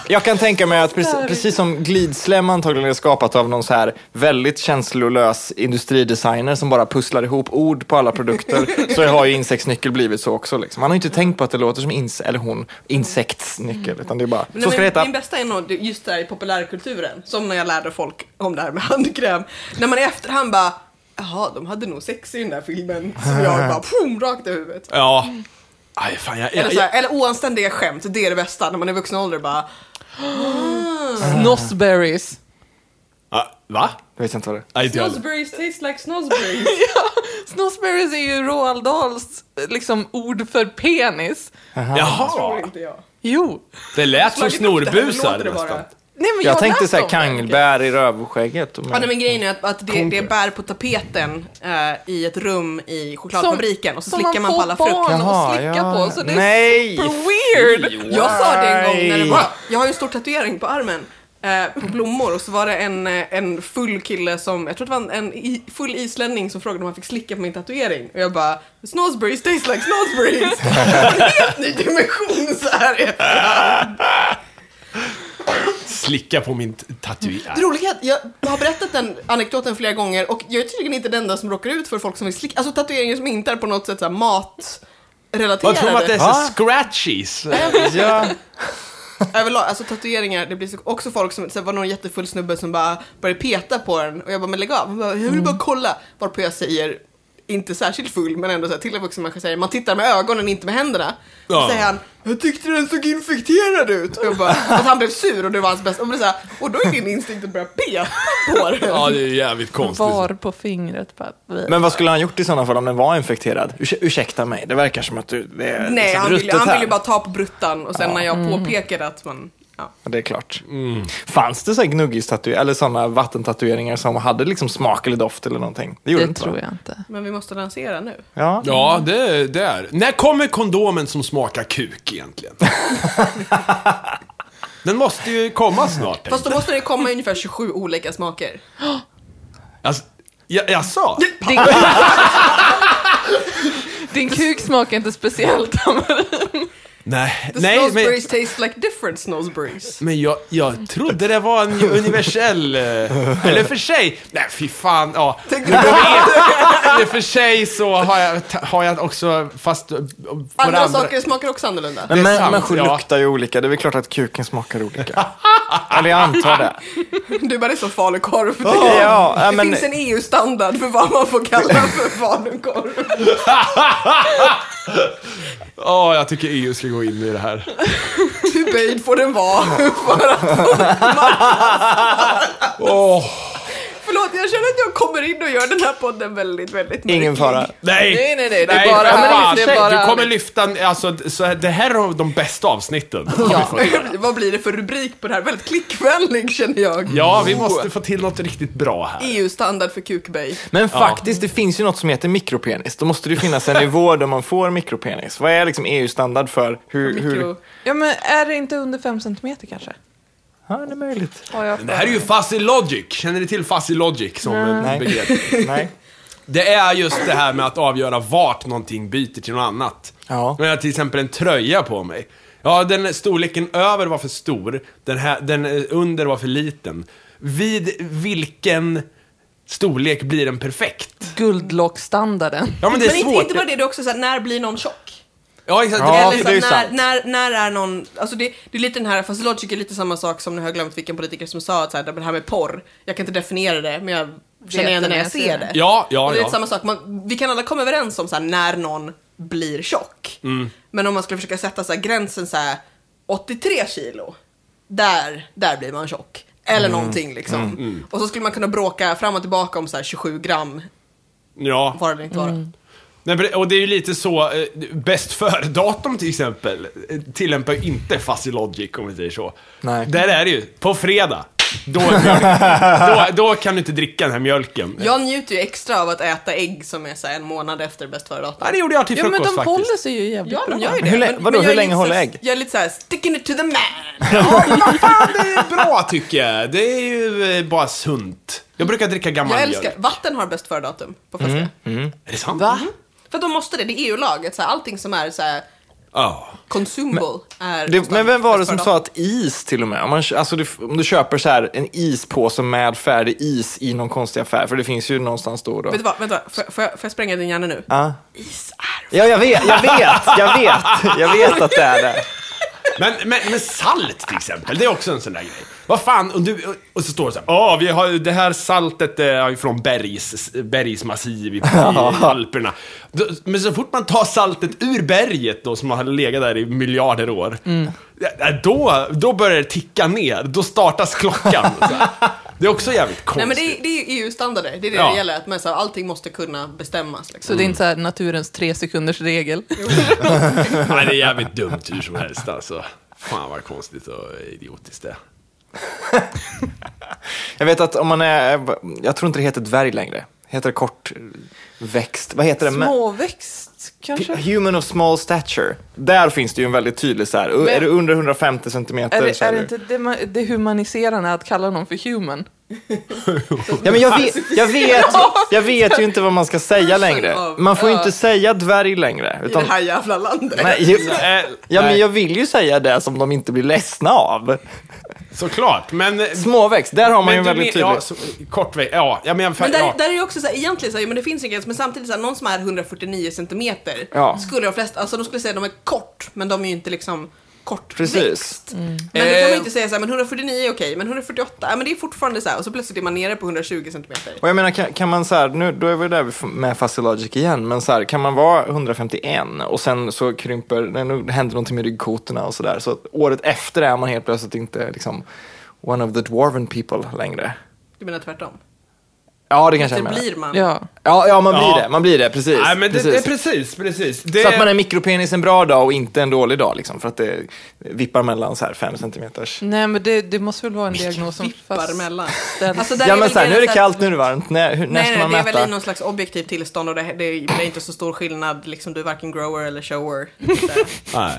S2: jag kan tänka mig att precis, precis som glidsläm antagligen är skapat av någon så här väldigt känslolös industridesigner som bara pusslar ihop ord på alla produkter så har ju insektsnyckel blivit så också. Liksom. Man har ju inte tänkt på att det låter som ins eller hon, insektsnyckel, utan det är bara,
S1: Nej,
S2: så ska det
S1: men
S2: heta.
S1: Min bästa är nog just det här i populärkulturen, som när jag lärde folk om det här med handkräm. När man i efterhand bara, jaha, de hade nog sex i den där filmen. Som jag bara, pum, rakt i huvudet.
S5: Ja. Aj, fan, jag,
S1: Eller,
S5: jag,
S1: så
S5: jag,
S1: här, eller oanständiga skämt, det är det bästa. När man är vuxen ålder bara,
S4: Snozzberries.
S5: Ah, va?
S2: Jag vet inte vad det är.
S5: Nej, inte jag.
S1: Snozzberries taste like snozzberries.
S4: Snozzberries är ju Roald Dahls liksom, ord för penis.
S1: Tror
S5: Jaha!
S1: inte jag.
S4: Jo.
S5: Det lät som
S1: Slagit upp det här,
S5: snorbusar
S1: låter det bara.
S5: nästan.
S4: Nej, men jag,
S2: Jag
S4: har
S2: tänkte
S4: läst
S2: så här
S4: om det.
S2: kangelbär i rövskägget.
S1: Ja, nej, men grejen är att, att det, det bär på tapeten eh, i ett rum i chokladfabriken och så
S4: som
S1: slickar man på alla
S4: får
S1: frukt.
S4: barn
S2: Jaha,
S4: och slicka
S2: ja.
S4: på. Så det är
S2: Nej,
S4: super weird.
S1: Jag sa det en gång när det
S2: Nej.
S1: var, jag har ju en stor tatuering på armen. eh, På blommor och så var det en, eh, en full kille som, jag tror det var en, en i, full islänning som frågade om han fick slicka på min tatuering och jag bara Snozzberries taste like snozzberries. Det var en helt ny dimension så här.
S5: Slicka på min t- tatuering.
S1: Det roliga är att jag har berättat den anekdoten flera gånger och jag är tydligen inte den enda som råkar ut för folk som vill slicka, alltså tatueringar som inte är på något sätt så här matrelaterade.
S5: Vad tror man att det är
S2: Va?
S5: så scratchies?
S2: Ja,
S1: Överlag, alltså tatueringar, det blir så, också folk som, sen var någon jättefull snubbe som bara började peta på den och jag bara, men lägg av. Han bara, jag
S5: Mm.
S1: vill bara kolla. Varpå jag säger, inte särskilt full men ändå så här, till en vuxen människa säger, man tittar med ögonen, inte med händerna.
S5: Ja.
S1: Då säger han, jag tyckte den såg infekterad ut. Och jag bara, att han blev sur och det var hans bästa. Och, det är så här, och då är din instinkt att börja peta på den.
S5: Ja, det är jävligt konstigt.
S4: Var på fingret. Bara.
S2: men vad skulle han gjort i sådana fall om den var infekterad? Ursäk- ursäkta mig, det verkar som att du, det
S1: Nej,
S2: är liksom
S1: han ville
S2: ruttet
S1: han
S2: här.
S1: vill ju bara ta på bruttan och sen när jag påpekade att man, ja.
S2: Ja, det är klart. Fanns det så här gnuggistatueringar, eller sådana vattentatueringar som hade liksom smak eller doft eller någonting? Det gjorde
S4: Det
S2: inte
S4: tror
S2: va?
S4: jag inte.
S1: Men vi måste lansera nu.
S2: Ja.
S5: Ja, det, det är. När kommer kondomen som smakar kuk egentligen? Den måste ju komma snart.
S1: Fast då måste det komma ungefär 27 olika smaker.
S5: Alltså, jag, jag sa.
S4: Din, Din kuk smakar inte speciellt.
S5: Nej,
S1: The
S5: nej men,
S1: snozzberries taste like different snozzberries.
S5: men jag, jag trodde det var en universell... eh, Eller för sig. Nej, fy fan. Ja. Nu går vi in. I och för sig så har jag, har jag också, fast eh, på det
S1: Andra,
S5: andra...
S1: saker smakar också annorlunda.
S2: Men
S5: Det är sant,
S2: människor
S5: ja.
S2: luktar ju olika, det är väl klart att kuken smakar olika. eller jag antar det.
S1: Du bara, det är så falukorv.
S2: Ja, ja,
S1: det
S2: men-
S1: finns en EU-standard för vad man får kalla för falukorv.
S5: Ja, jag tycker EU ska gå in i det här.
S1: Hur böjd får den vara? För att...
S5: Åh,
S1: Förlåt, jag känner att jag kommer in och gör den här podden väldigt, väldigt
S2: Ingen
S1: märklig.
S2: fara.
S5: nej!
S4: Nej, nej, nej, det är
S5: Nej,
S4: bara
S5: för
S4: härligt,
S5: fan.
S4: det är bara
S5: Du kommer
S4: härligt.
S5: lyfta, alltså, så här, det här är de bästa avsnitten.
S1: Ja. vad blir det för rubrik på det här? Väldigt klickvänlig känner jag.
S5: Ja, vi måste få till något riktigt bra här.
S1: EU-standard för kukböj.
S2: Men faktiskt, det finns ju något som heter mikropenis. Då måste det ju finnas en nivå där man får mikropenis. Vad är liksom EU-standard för hur... hur...
S1: Mikro...
S4: Ja, men är det inte under fem centimeter kanske?
S2: Ja, det är möjligt.
S4: Har jag
S5: Det här är ju fuzzy logic. Känner ni till fuzzy logic som ett
S2: Nej.
S5: begrepp?
S2: Nej.
S5: Det är just det här med att avgöra vart någonting byter till något annat.
S2: Ja.
S5: Om jag har till exempel en tröja på mig. Ja, den storleken över var för stor, den, här, den eh, under var för liten. Vid vilken storlek blir den perfekt?
S4: Guldlockstandarden.
S5: Ja, men det är
S1: Men inte,
S5: svårt.
S1: inte bara det, det är också så här, när blir någon tjock?
S5: Ja, exakt.
S2: Ja,
S5: Det- liksom
S1: Eller så
S2: det är ju
S1: när,
S2: sant.
S1: när, när är någon, alltså det, det är lite den här, fast logic är lite samma sak som nu har jag glömt vilken politiker som sa att så här, det här med porr, jag kan inte definiera det men jag känner igen det när jag ser det.
S5: Ja, ja,
S1: och det är
S5: ja.
S1: lite samma sak, man, vi kan alla komma överens om så här, när någon blir tjock.
S5: Mm.
S1: Men om man skulle försöka sätta så här, gränsen så här, 83 kilo, där, där blir man tjock. Eller
S5: Mm.
S1: någonting liksom. Och så skulle man kunna bråka fram och tillbaka om så här, 27 gram,
S5: ja.
S1: var det inte vara.
S5: Nej, men det- och det är ju lite så, eh, bäst före-datum till exempel eh, tillämpar ju inte fuzzy logic om vi säger så.
S2: Nej.
S5: Där är det ju, på fredag, Då, då, då kan du inte dricka den här mjölken.
S1: Jag njuter ju extra av att äta ägg som är så här en månad efter bäst före-datum.
S5: Ja, det gjorde jag till
S4: Ja,
S5: frukost
S4: men de
S5: faktiskt.
S4: håller sig ju jävligt
S1: Ja,
S4: bra.
S1: de gör ju det.
S2: Hur lä-
S1: men,
S2: vadå,
S1: men
S2: hur
S1: jag är
S2: länge
S1: lite
S2: håller
S1: så-
S2: ägg?
S1: Jag är lite såhär, sticking it to the man.
S5: Fan, det är bra tycker jag. Det är ju eh, bara sunt. Jag brukar dricka gammal
S1: Jag
S5: mjölk.
S1: älskar, vatten har bäst före-datum på flaska.
S5: Är det sant?
S4: Va?
S1: För de måste det, det är EU-laget. Så här, allting som är så här,
S5: Ja.
S1: consumable är...
S2: Det, men vem var det som
S1: bäst
S2: sa
S1: före-datum.
S2: att is till och med, om, man, alltså du, om du köper så här en ispåse med färdig is i någon konstig affär, för det finns ju någonstans då och då.
S1: Vet du vad, vänta, får, får, jag, får jag spränga din hjärna nu?
S2: Ja.
S1: Is är...
S2: ja, jag vet, jag vet, jag vet, jag vet att det är det.
S5: Men, men, men salt till exempel, det är också en sån där grej. Vad fan, och, du, och så står det så här, "Åh, vi har det här saltet är från bergs, bergsmassiv i, i Alperna. Då- Men så fort man tar saltet ur berget då, som har legat där i miljarder år,
S1: Mm.
S5: ja, då, då börjar det ticka ner, då startas klockan. Så här. Det är också jävligt
S1: Nej
S5: konstigt.
S1: men det är, det är ju EU-standarder, det är det
S5: Ja.
S1: det gäller. Att man, så här, allting måste kunna bestämmas. Liksom.
S4: Så det är inte så här naturens tre sekunders regel.
S5: Nej, det är jävligt dumt hur som helst alltså. Fan vad konstigt och idiotiskt det är.
S2: Jag vet att om man är, jag tror inte det heter dvärg längre. Heter det kortväxt? Vad heter det?
S4: Småväxt kanske?
S2: Human of small stature. Där finns det ju en väldigt tydlig så här, är du under 150 centimeter
S4: Är det,
S2: så är
S4: är det
S2: du-
S4: inte det, ma- det humaniserande att kalla någon för human?
S2: Ja, men jag, vet, jag, vet, jag vet ju inte vad man ska säga längre. Man får ju inte säga dvärg längre.
S1: I det
S2: Utan,
S1: här jävla landet.
S2: nej, ju, ja, men
S5: Nej,
S2: jag vill ju säga det som de inte blir ledsna av.
S5: Såklart, men...
S2: Småväxt, där har man ju en
S5: du
S2: väldigt
S5: men-
S2: tydlig...
S5: Ja, så, kort väg. Ja, ja, men, jag-
S1: Men där,
S5: ja.
S1: där är det ju också såhär, egentligen såhär, men det finns en gräns, men samtidigt såhär, någon som är 149 centimeter
S2: Ja.
S1: skulle de flesta, alltså de skulle säga att de är kort, men de är ju inte liksom kort
S2: Precis.
S1: Men då kan man
S2: Eh.
S1: ju inte säga såhär, men 149 är okej, men 148, ja men det är fortfarande såhär, och så plötsligt är man nere på 120 centimeter.
S2: Och jag menar, kan, kan man så här, nu, då är vi där med Fuzzy Logic igen, men så här, kan man vara 151 och sen så krymper, nej, nu händer någonting med ryggkotorna och sådär, så att året efter är man helt plötsligt inte liksom one of the dwarven people längre.
S1: Du menar tvärtom?
S2: Ja, det kanske
S1: Det
S2: jag menar.
S1: blir man.
S4: Ja.
S2: Ja, ja, man blir
S5: Ja.
S2: det, man blir det, precis.
S5: Nej, men det,
S2: precis.
S5: det är precis, precis. Det,
S2: Så att man är mikropenis en bra dag och inte en dålig dag, liksom, för att det vippar mellan så här 5 centimeters.
S4: Nej, men det, det måste väl vara en diagnos som
S1: Vippar mellan.
S4: Den-
S1: Alltså, där
S2: Ja,
S1: är
S2: men
S1: väl
S2: så här, nu är det
S1: grejen
S2: kallt, nu är det varmt, när, hur, när
S1: Nej,
S2: ska
S1: nej,
S2: man
S1: det är
S2: mäta?
S1: väl i någon slags objektivt tillstånd och det, det, det är inte så stor skillnad, liksom du är varken grower eller shower.
S5: Nej.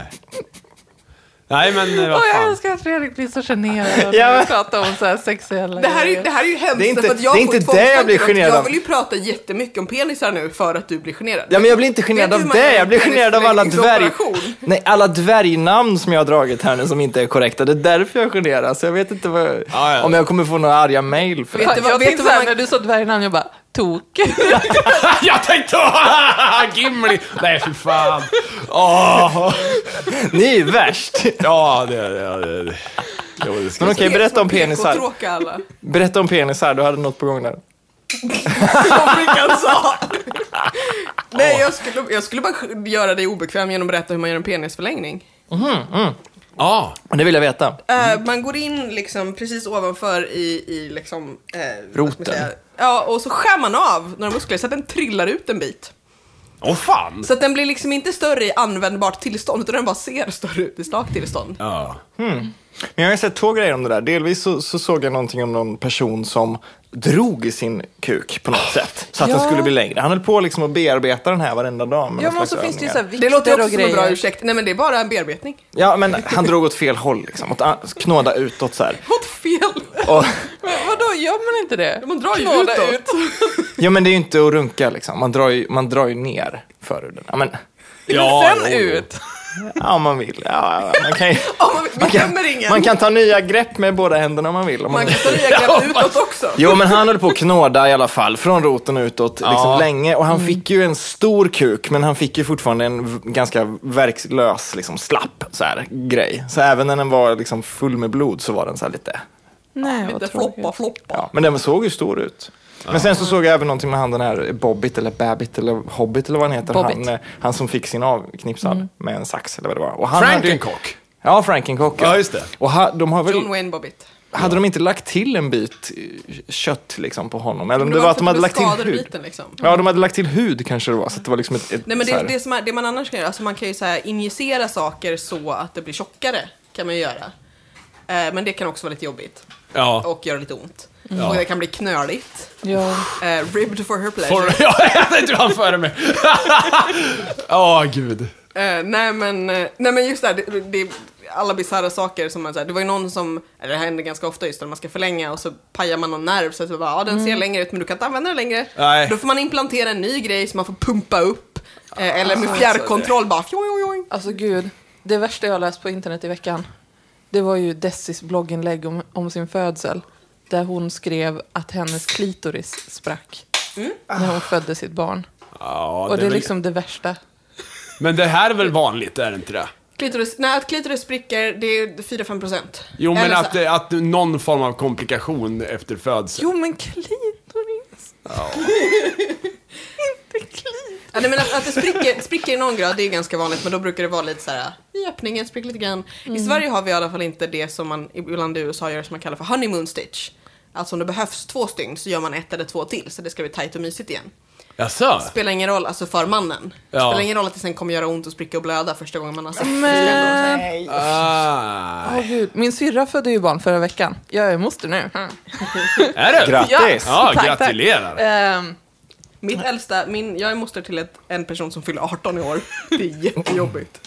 S5: Nej, men eh,
S4: Åh,
S5: vad
S4: jag
S5: fan.
S4: älskar att Fredrik blir så generad
S2: Ja,
S4: när vi
S2: men-
S4: pratar om så här sexuella
S1: Det här är, ju- det här är ju hemskt,
S2: Det är inte-
S1: för att jag
S2: det är
S1: får
S2: inte
S1: tvångstanken
S2: det jag blir
S1: att
S2: generad
S1: Jag
S2: av.
S1: vill ju prata jättemycket om penisar nu för att du blir generad.
S2: Ja, men jag blir inte
S1: Vet
S2: generad
S1: du
S2: av
S1: hur man
S2: det,
S1: gör en
S2: jag blir generad av alla dvärg...
S1: penisförlängningsoperation?
S2: Nej, alla dvärgnamn som jag har dragit här nu som inte är korrekta. Det är därför jag generas. Jag vet inte vad...
S5: Ja, ja.
S2: om jag kommer få några arga mail för
S1: Vet
S2: det.
S4: Jag,
S1: du vad-
S4: jag
S1: vet
S4: tänkte
S1: du vad
S4: såhär,
S1: man-
S4: när du sa dvärgnamn, jag bara tok.
S5: jag tänkte... Gimli! Nej, fy fan. Åh.
S2: Ni är värst!
S5: Ja, det... det, det, det. Jo, det ska
S2: Men
S5: jag
S2: okej,
S5: säga.
S2: berätta om
S1: Och
S2: penisar.
S1: tråka alla.
S2: Berätta om penisar, du hade något på gång där.
S1: Som Frickan
S2: alltså.
S1: sa. Nej, jag skulle, jag skulle bara göra dig obekväm genom att berätta hur man gör en penisförlängning.
S5: Ja.
S2: Det vill jag veta.
S1: Eh, man går in liksom precis ovanför i, i liksom... eh, vad ska man
S2: Roten.
S1: säga? Ja, och så skär man av några muskler så att den trillar ut en bit.
S5: Åh, fan.
S1: Så att den blir liksom inte större i användbart tillstånd, utan den bara ser större ut i slaktillstånd.
S5: Ja.
S2: Men jag har sett två grejer om det där. Delvis så, så såg jag någonting om någon person som drog i sin kuk på något sätt. Så att den
S4: Ja.
S2: skulle bli längre. Han höll på liksom att bearbeta den här varenda dag. med
S4: Ja,
S2: någon
S4: men
S2: slags
S4: så finns det ju
S2: övningar.
S4: såhär
S1: Det låter
S4: vikter
S1: ju
S4: och
S1: också som en
S4: grejer.
S1: bra ursäkt. Nej men det är bara en bearbetning.
S2: Ja, men han drog åt fel håll liksom. Åt a- knåda utåt så här.
S1: Åt fel!
S2: Och,
S4: Men vadå, gör man inte det?
S1: Man drar ju
S4: Knåda
S1: utåt.
S2: ja, men det är ju inte att runka liksom. Man drar ju, man drar ju ner förhuden. Ja, men,
S5: Ja,
S4: Sen
S5: jo, jo.
S4: ut.
S2: ja, om man vill. Ja, ja, man, kan ju,
S1: Ja, man, vi dömer ingen.
S2: man kan ta nya grepp med båda händerna om man vill. Om man
S1: Man kan ta nya grepp utåt också.
S2: Jo, men han höll på att knåda i alla fall, från roten och utåt, liksom länge. Och han fick ju en stor kuk, men han fick ju fortfarande en v- ganska verkslös, liksom slapp så här, grej. Så även när den var liksom full med blod så var den så här lite...
S4: Nej,
S1: Lite
S4: vad tråkigt.
S1: floppa, floppa.
S2: Ja, men den såg ju stor ut. Men sen så såg jag även någonting med han den här Bobbit eller Babbit eller Hobbit eller vad han heter.
S4: Bobbit.
S2: Han, eh, han som fick sin avknipsad
S1: Mm.
S2: med en sax eller vad det var. Och han hade ju-
S5: Frankenkock.
S2: Ja, Frankenkock.
S5: Ja, just det.
S2: Och ha, de har väl,
S1: John Wayne Bobbitt.
S2: hade de inte lagt till en bit eh, kött liksom på honom? Eller om det, var, att de hade lagt till hud.
S1: typ Biten, liksom.
S2: Ja, de hade lagt till hud kanske det var. Så att det var liksom ett, ett
S1: Nej men
S2: så
S1: det,
S2: här-
S1: det, som är, det man annars kan göra, alltså man kan ju så här injicera saker så att det blir tjockare. Kan man ju göra. Eh, men det kan också vara lite jobbigt.
S5: Ja.
S1: och gör lite ont.
S2: Mm.
S1: Och det kan bli knöligt.
S4: Ja.
S1: Eh, ribbed for her pleasure.
S5: Får, ja, jag tänkte han före mig. Åh, gud.
S1: Eh, nej, men, eh, nej men just det, här, det, det alla bisarra saker som man säger. Det var ju någon som, eller det händer ganska ofta just när man ska förlänga och så pajar man någon nerv så att man bara, ja den ser längre ut men du kan inte använda den längre.
S5: Nej.
S1: Då får man implantera en ny grej som man får pumpa upp.
S5: Ah,
S1: Eh, eller med fjärrkontroll bara fjoj, fjoj, fjoj.
S4: Alltså gud, det värsta jag har läst på internet i veckan, det var ju Dessis blogginlägg om, om sin födsel. Där hon skrev att hennes klitoris sprack när hon födde sitt barn.
S5: Ja,
S4: Och det är
S5: väl-
S4: liksom det värsta.
S5: Men det här är väl vanligt, är det inte det?
S1: Klitoris, nej att klitoris spricker det är 4-5 procent.
S5: Jo, men
S1: Eller så-
S5: att,
S4: alltså-
S5: det- att någon form av komplikation efter födseln.
S4: Jo men klitoris! Inte klitoris!
S1: Ja, nej, men att, att det spricker, spricker i någon grad, det är ganska vanligt, men då brukar det vara lite så här i öppningen, spricker lite grann. I Sverige har vi i alla fall inte det som man ibland i USA gör som man kallar för honeymoon stitch. Alltså om det behövs två stygn så gör man ett eller två till så det ska bli tajt och mysigt igen.
S5: Jaså?
S1: Spelar ingen roll, alltså för mannen.
S5: Ja.
S1: Spelar ingen roll att det sen kommer göra ont och spricka och blöda första gången man har sex.
S4: Men-
S1: Det ska ändå-
S5: Ah.
S4: Åh gud, min syrra födde ju barn förra veckan. Jag är moster nu.
S5: Är det?
S2: Grattis!
S5: Ja,
S4: Mm. tack, tack.
S5: gratulerar.
S4: Ehm,
S1: Mitt äldsta, min, jag är moster till ett, en person som fyller 18 i år. Det är jättejobbigt.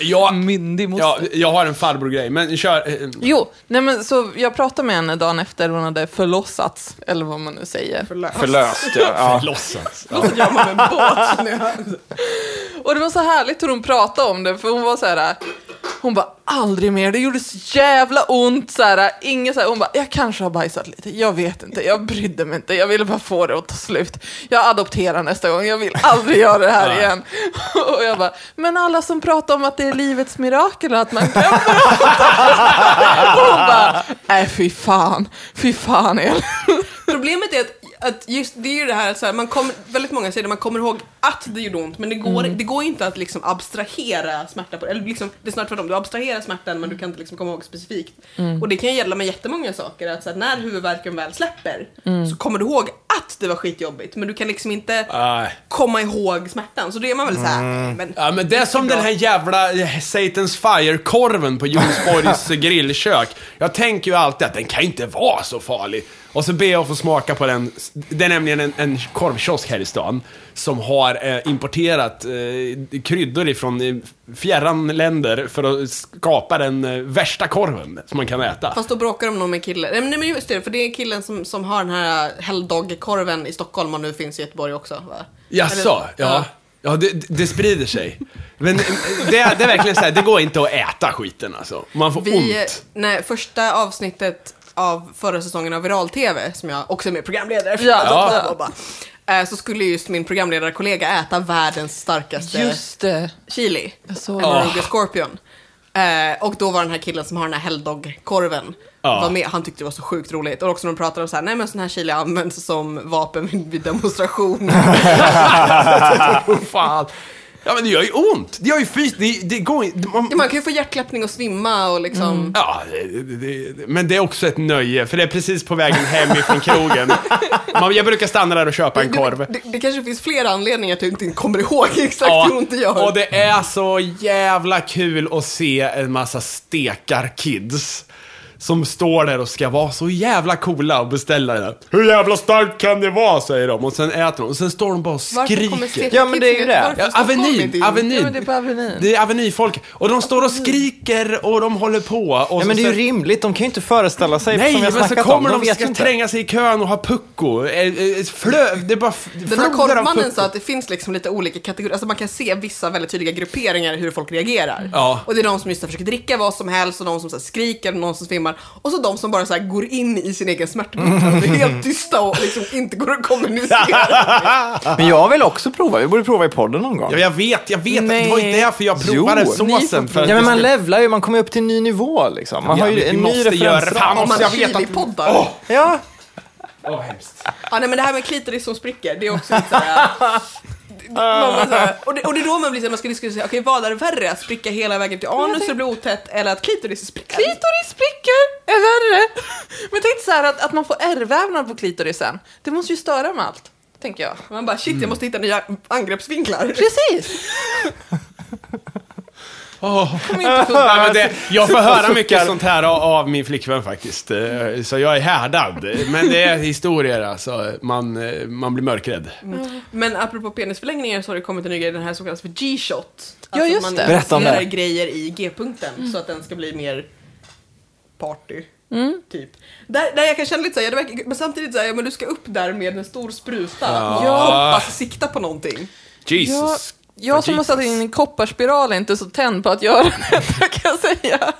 S5: Jag,
S4: Myndig moster.
S5: ja, jag har en farbror-grej, men kör. eh,
S4: Jo, nej men så jag pratade med henne dagen efter hon hade förlossats, eller vad man nu säger.
S1: Förlöst.
S2: Förlöst, ja. ja.
S5: Låtsas.
S1: Och så gör man en båt. som jag-
S4: Och det var så härligt hur hon pratade om det, för hon var så här. Hon bara, aldrig mer, det gjorde så jävla ont. Så här, inget så här. Hon bara, jag kanske har bajsat lite, jag vet inte, jag brydde mig inte, jag ville bara få det att ta slut. Jag adopterar nästa gång, jag vill aldrig göra det här
S5: Nej.
S4: igen. Och jag bara, men alla som pratar om att det är livets mirakel och att man glömmer allt. Och hon bara, nej fy fan, fy fan Elin.
S1: Problemet är att, att just, det är ju det här, så här man kommer, väldigt många säger det, man kommer ihåg att det gjorde ont men det går, det går inte att liksom abstrahera smärta, på, eller liksom, det är snart tvärtom, du abstraherar smärtan men du kan inte liksom komma ihåg specifikt. Och det kan ju gälla med jättemånga saker, att så här, när huvudvärken väl släpper så kommer du ihåg att det var skitjobbigt men du kan liksom inte
S5: Nej. Mm.
S1: komma ihåg smärtan så då är man väl så här, men,
S5: Ja, men det är som den här jävla eh, Satan's Fire-korven på Jonsborgs grillkök. Jag tänker ju alltid att den kan inte vara så farlig. Och så ber jag att få smaka på den. Det är nämligen en, en korvkiosk här i stan som har eh, importerat eh, kryddor ifrån eh, fjärran länder för att skapa den eh, värsta korven som man kan äta.
S1: Fast då bråkar de nog med killen. Nej men- nej, men just det, för det är killen som, som har den här helldog-korven i Stockholm och nu finns i Göteborg också va?
S5: Jaså?
S1: Eller-
S5: Ja. Ja, det, det sprider sig. Men eh, det, det är verkligen så här, det går inte att äta skiten alltså. Man får
S1: Vi,
S5: ont.
S1: nej, första avsnittet av förra säsongen av Viral-TV, som jag också är med programledare för,
S4: Ja.
S1: alltså, bla, bla, bla, eh, så skulle just min programledarkollega äta världens starkaste
S4: Just det.
S1: chili,
S4: Jag såg
S1: en
S4: det.
S1: Rogue Scorpion. Eh, och då var den här killen som har den här helldog-korven
S5: Ja.
S1: var med. Han tyckte det var så sjukt roligt. Och också när de pratade om så här, nej men sån här chili används som vapen vid, vid demonstrationer.
S5: Åh, fan. Ja men det gör ju ont. Det gör ju fys... Det, det går inte... Man...
S1: Ja, man kan ju få hjärtklappning och svimma och liksom...
S4: Mm.
S5: Ja, det, det, det, men det är också ett nöje, för det är precis på vägen hem ifrån krogen. Man, jag brukar stanna där och köpa en
S1: Du-
S5: korv.
S1: Det, det kanske finns flera anledningar till att du inte kommer ihåg exakt hur ont det gör.
S5: och det är så jävla kul att se en massa stekarkids som står där och ska vara så jävla coola och beställa det där. Hur jävla starkt kan det vara, säger de. Och sen äter de. Och sen står de bara och
S1: Varför kommer
S5: skriker.
S1: Stefan
S2: Ja, men det är ju
S1: Kitzingen- varför
S2: det.
S5: Ja,
S1: står Stockholm inte
S5: Avenyn,
S1: in?
S5: Avenyn.
S4: Ja, men det är på Avenyn.
S5: Det är avenyfolk. Och de står och skriker och de håller på. Och
S2: Ja,
S5: så-
S2: men det är ju rimligt, de kan ju inte föreställa sig
S5: Nej,
S2: som jag
S5: men så
S2: snackat om.
S5: kommer de
S2: vet
S5: ska
S2: ju inte.
S5: tränga sig i kön och ha pucko. Eh, eh, Flö, det är bara f-
S1: Den här
S5: floder av
S1: korvmannen
S5: pucko.
S1: sa att det finns liksom lite olika kategorier, alltså man kan se vissa väldigt tydliga grupperingar i hur folk reagerar.
S5: Ja.
S1: Och det är de som just försöker dricka vad som helst och de som så här skriker och någon som svimmar. Och så de som bara så här går in i sin egen smärtbubbla och är helt tysta och liksom inte går att kommunicera.
S2: Men jag vill också prova, vi borde prova i podden någon gång.
S5: Ja, jag vet, jag vet. att Det var ju
S4: Nej.
S5: därför jag provade
S2: Jo.
S5: såsen. För att
S2: Ja, men man
S5: det
S2: levlar ju, man kommer ju upp till en ny nivå liksom. Man
S5: Ja,
S2: har ju
S5: vi
S2: en ny
S5: måste göra det. Fan,
S1: Om
S2: referensram.
S1: man
S5: Jag vet att-
S1: chilipoddar.
S2: Ja,
S5: skulle- Åh, hemskt.
S1: Ja, nej, men det här med klitoris som spricker, det är också lite såhär... Man bara såhär och, det, och det är då man blir såhär, man ska diskutera, såhär, okej vad är värre? Att spricka hela vägen till anus och det blir otätt eller att klitoris spricker?
S4: Klitoris spricker är värre. Men tänk så här att, att man får ärrvävnad på klitorisen. Det måste ju störa med allt, tänker jag.
S1: Man
S5: Mm.
S1: bara shit, jag måste hitta nya angreppsvinklar.
S4: Precis!
S5: Åh.
S4: kommer inte kunna.
S5: Nej, men det, jag får höra mycket
S2: Suckar.
S5: sånt här av- av min flickvän faktiskt. Eh, Så jag är härdad. Men det är historier alltså. Man, eh, man blir mörkrädd.
S1: Men apropå penisförlängningar så har det kommit en ny grej, den här som kallas för G-shot. Alltså
S4: Ja, just
S1: att
S4: det. Mm.
S1: man
S2: Berätta om det.
S1: injicerar grejer i G-punkten så att den ska bli mer party.
S4: Mm.
S1: Typ. Där, där jag kan känna lite såhär, ja, det verkar- men samtidigt såhär, ja, men du ska upp där med en stor spruta och
S4: Ja.
S1: hoppas sikta på någonting.
S4: Jag,
S5: Jesus.
S4: jag som har
S5: Jesus.
S4: satt in en kopparspiral är inte så tänd på att göra detta kan jag säga.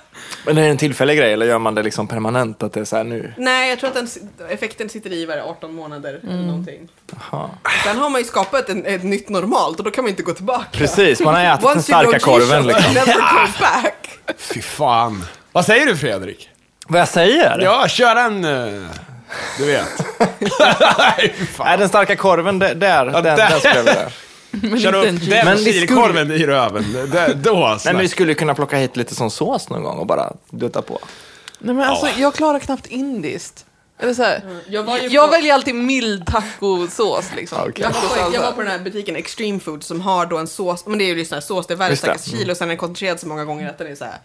S2: Men är det en tillfällig grej eller gör man det liksom permanent? Att det är så här nu?
S1: Nej, jag tror att den, si- effekten sitter i vad är det, 18 månader
S4: Mm.
S1: eller någonting.
S2: Jaha.
S1: Sen har man ju skapat en, ett nytt normalt och då kan man inte gå tillbaka.
S2: Precis, man har ätit den
S1: Once you
S2: starka
S1: go
S2: korven
S1: G-shot,
S2: liksom.
S1: never come back.
S5: Fy fan. Vad säger du Fredrik?
S2: Vad jag säger?
S5: Ja, kör en... eh, Du vet. Nej, fy fan.
S2: Nej, den starka korven, det- där, den,
S5: där.
S2: där. skulle jag vilja.
S5: Kör
S4: inte en
S5: upp
S4: G.
S5: den
S2: Men vi
S5: chilikorven i röven. Det- Då
S2: Nej, men vi
S5: snack.
S2: skulle kunna plocka hit lite sån sås någon gång och bara dutta på.
S4: Nej, men alltså, jag klarar knappt indiskt. Eller så här,
S1: Jag var ju
S4: Mm. jag
S1: på-
S4: väljer alltid mild tacosås. Liksom.
S2: Okej.
S1: Jag var, på, jag var
S4: Tacosalsa.
S1: på den här butiken Extreme Food som har då en sås, men det är ju liksom här sås, det är världens
S2: Just det.
S1: starkaste kilo och sen är den koncentrerad så många gånger att den är så här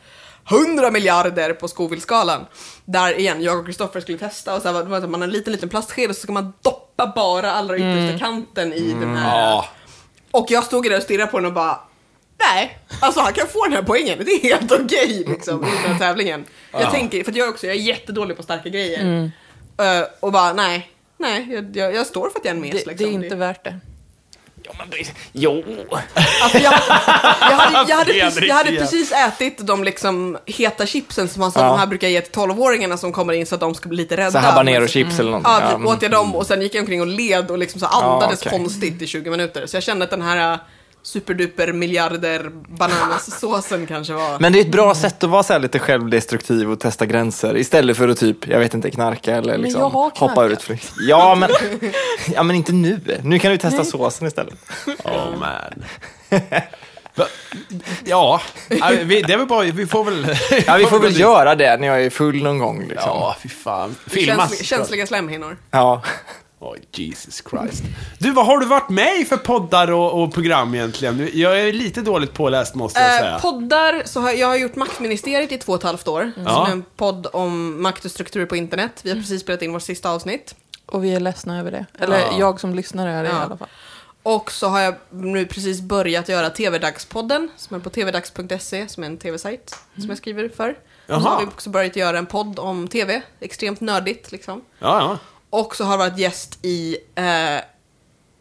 S1: 100 miljarder på Scoville-skalan. Där igen, jag och Kristoffer skulle testa och så här, var- det var att man har en liten, liten plastsked och så ska man doppa bara allra
S4: Mm.
S1: yttersta kanten i den här.
S5: Ja.
S1: Och jag stod där och stirrade på den och bara Nej, alltså han kan få den här poängen. Det är helt okej liksom i den här tävlingen. Jag tänker, för att jag också, jag är jättedålig på starka grejer.
S4: Mm.
S1: Eh, och bara nej, nej, jag, jag, jag står för att jag är en mes
S4: Det,
S1: liksom.
S4: det är inte värt det.
S2: Jo!
S1: Alltså jag, jag, hade, jag, hade precis,
S5: Alltså, Fredrik
S1: jag hade
S5: igen.
S1: precis ätit de liksom heta chipsen som man sa, de här brukar jag ge till 12-åringarna som kommer in så att de ska bli lite rädda.
S2: Så habanero-chips eller någonting.
S1: Ja,
S2: Ja, mm.
S1: typ, åt jag dem och sen gick jag omkring och led och liksom så andades
S2: okej.
S1: konstigt i 20 minuter. Så jag kände att den här äh, superduper miljarder banansåsen kanske var...
S2: Men det är ett bra sätt att vara så här lite självdestruktiv och testa gränser istället för att typ, jag vet inte, knarka eller
S4: Men
S2: liksom
S4: jag har
S2: hoppa
S4: knarkat.
S2: ur ett flyg. Ja men, ja, men inte nu. Nu kan du testa såsen istället.
S5: Oh man. Va- Ja, äh, vi, det är väl bara, vi får väl...
S2: Ja, vi får väl göra det när jag är full någon gång. Liksom. Ja.
S5: Ja, fy fan.
S1: Känsliga,
S5: Filmas.
S1: känsliga slemhinnor.
S5: Oj, Jesus Christ. Du, vad har du varit med i för poddar och, och program egentligen? Du- Jag är lite dåligt påläst måste jag säga.
S1: Eh, poddar, så har, jag har gjort Maktministeriet i två och ett halvt år. Som är en podd om makt och strukturer på internet. Vi har precis spelat in vårt sista avsnitt.
S4: Och vi är ledsna över det. Eller jag som lyssnar är det i
S1: Ja.
S4: alla fall.
S1: Och så har jag nu precis börjat göra TV-dagspodden som är på tvdags.se E, som är en tv-sajt som jag skriver för. Och så
S5: Mm. Jaha.
S1: har vi också börjat göra en podd om tv, extremt nördigt liksom.
S5: ja, ja.
S1: Och så har jag varit gäst i eh,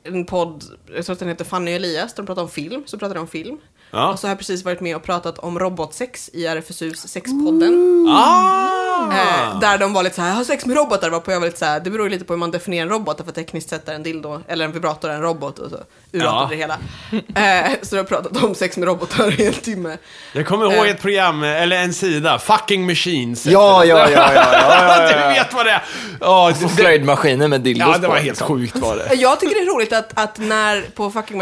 S1: en podd, jag tror att den heter Fanny och Elias, de pratar om film, så pratar de om film.
S5: Ja.
S1: Och så har jag precis varit med och pratat om robotsex i RFSUs sexpodden.
S5: Ah!
S1: Eh, där de var lite så här, jag har sex med robotar, varpå jag var lite så här, det beror ju lite på hur man definierar en robot, för tekniskt sett är en dildo, eller en vibrator är en robot, och så urartade
S5: Ja.
S1: det hela. Eh, så jag har pratat om sex med robotar i en timme.
S5: Jag kommer ihåg
S1: Eh.
S5: ett program, eller en sida, Fucking Machines. heter
S2: Ja,
S5: det.
S2: ja, ja, ja, ja, ja, ja.
S5: Du vet vad det är. Ja, det-
S2: Slöjdmaskiner med dildos
S5: ja, det
S2: på,
S5: var helt
S2: liksom.
S5: sjukt var det.
S1: Jag tycker det är roligt att, att när på fucking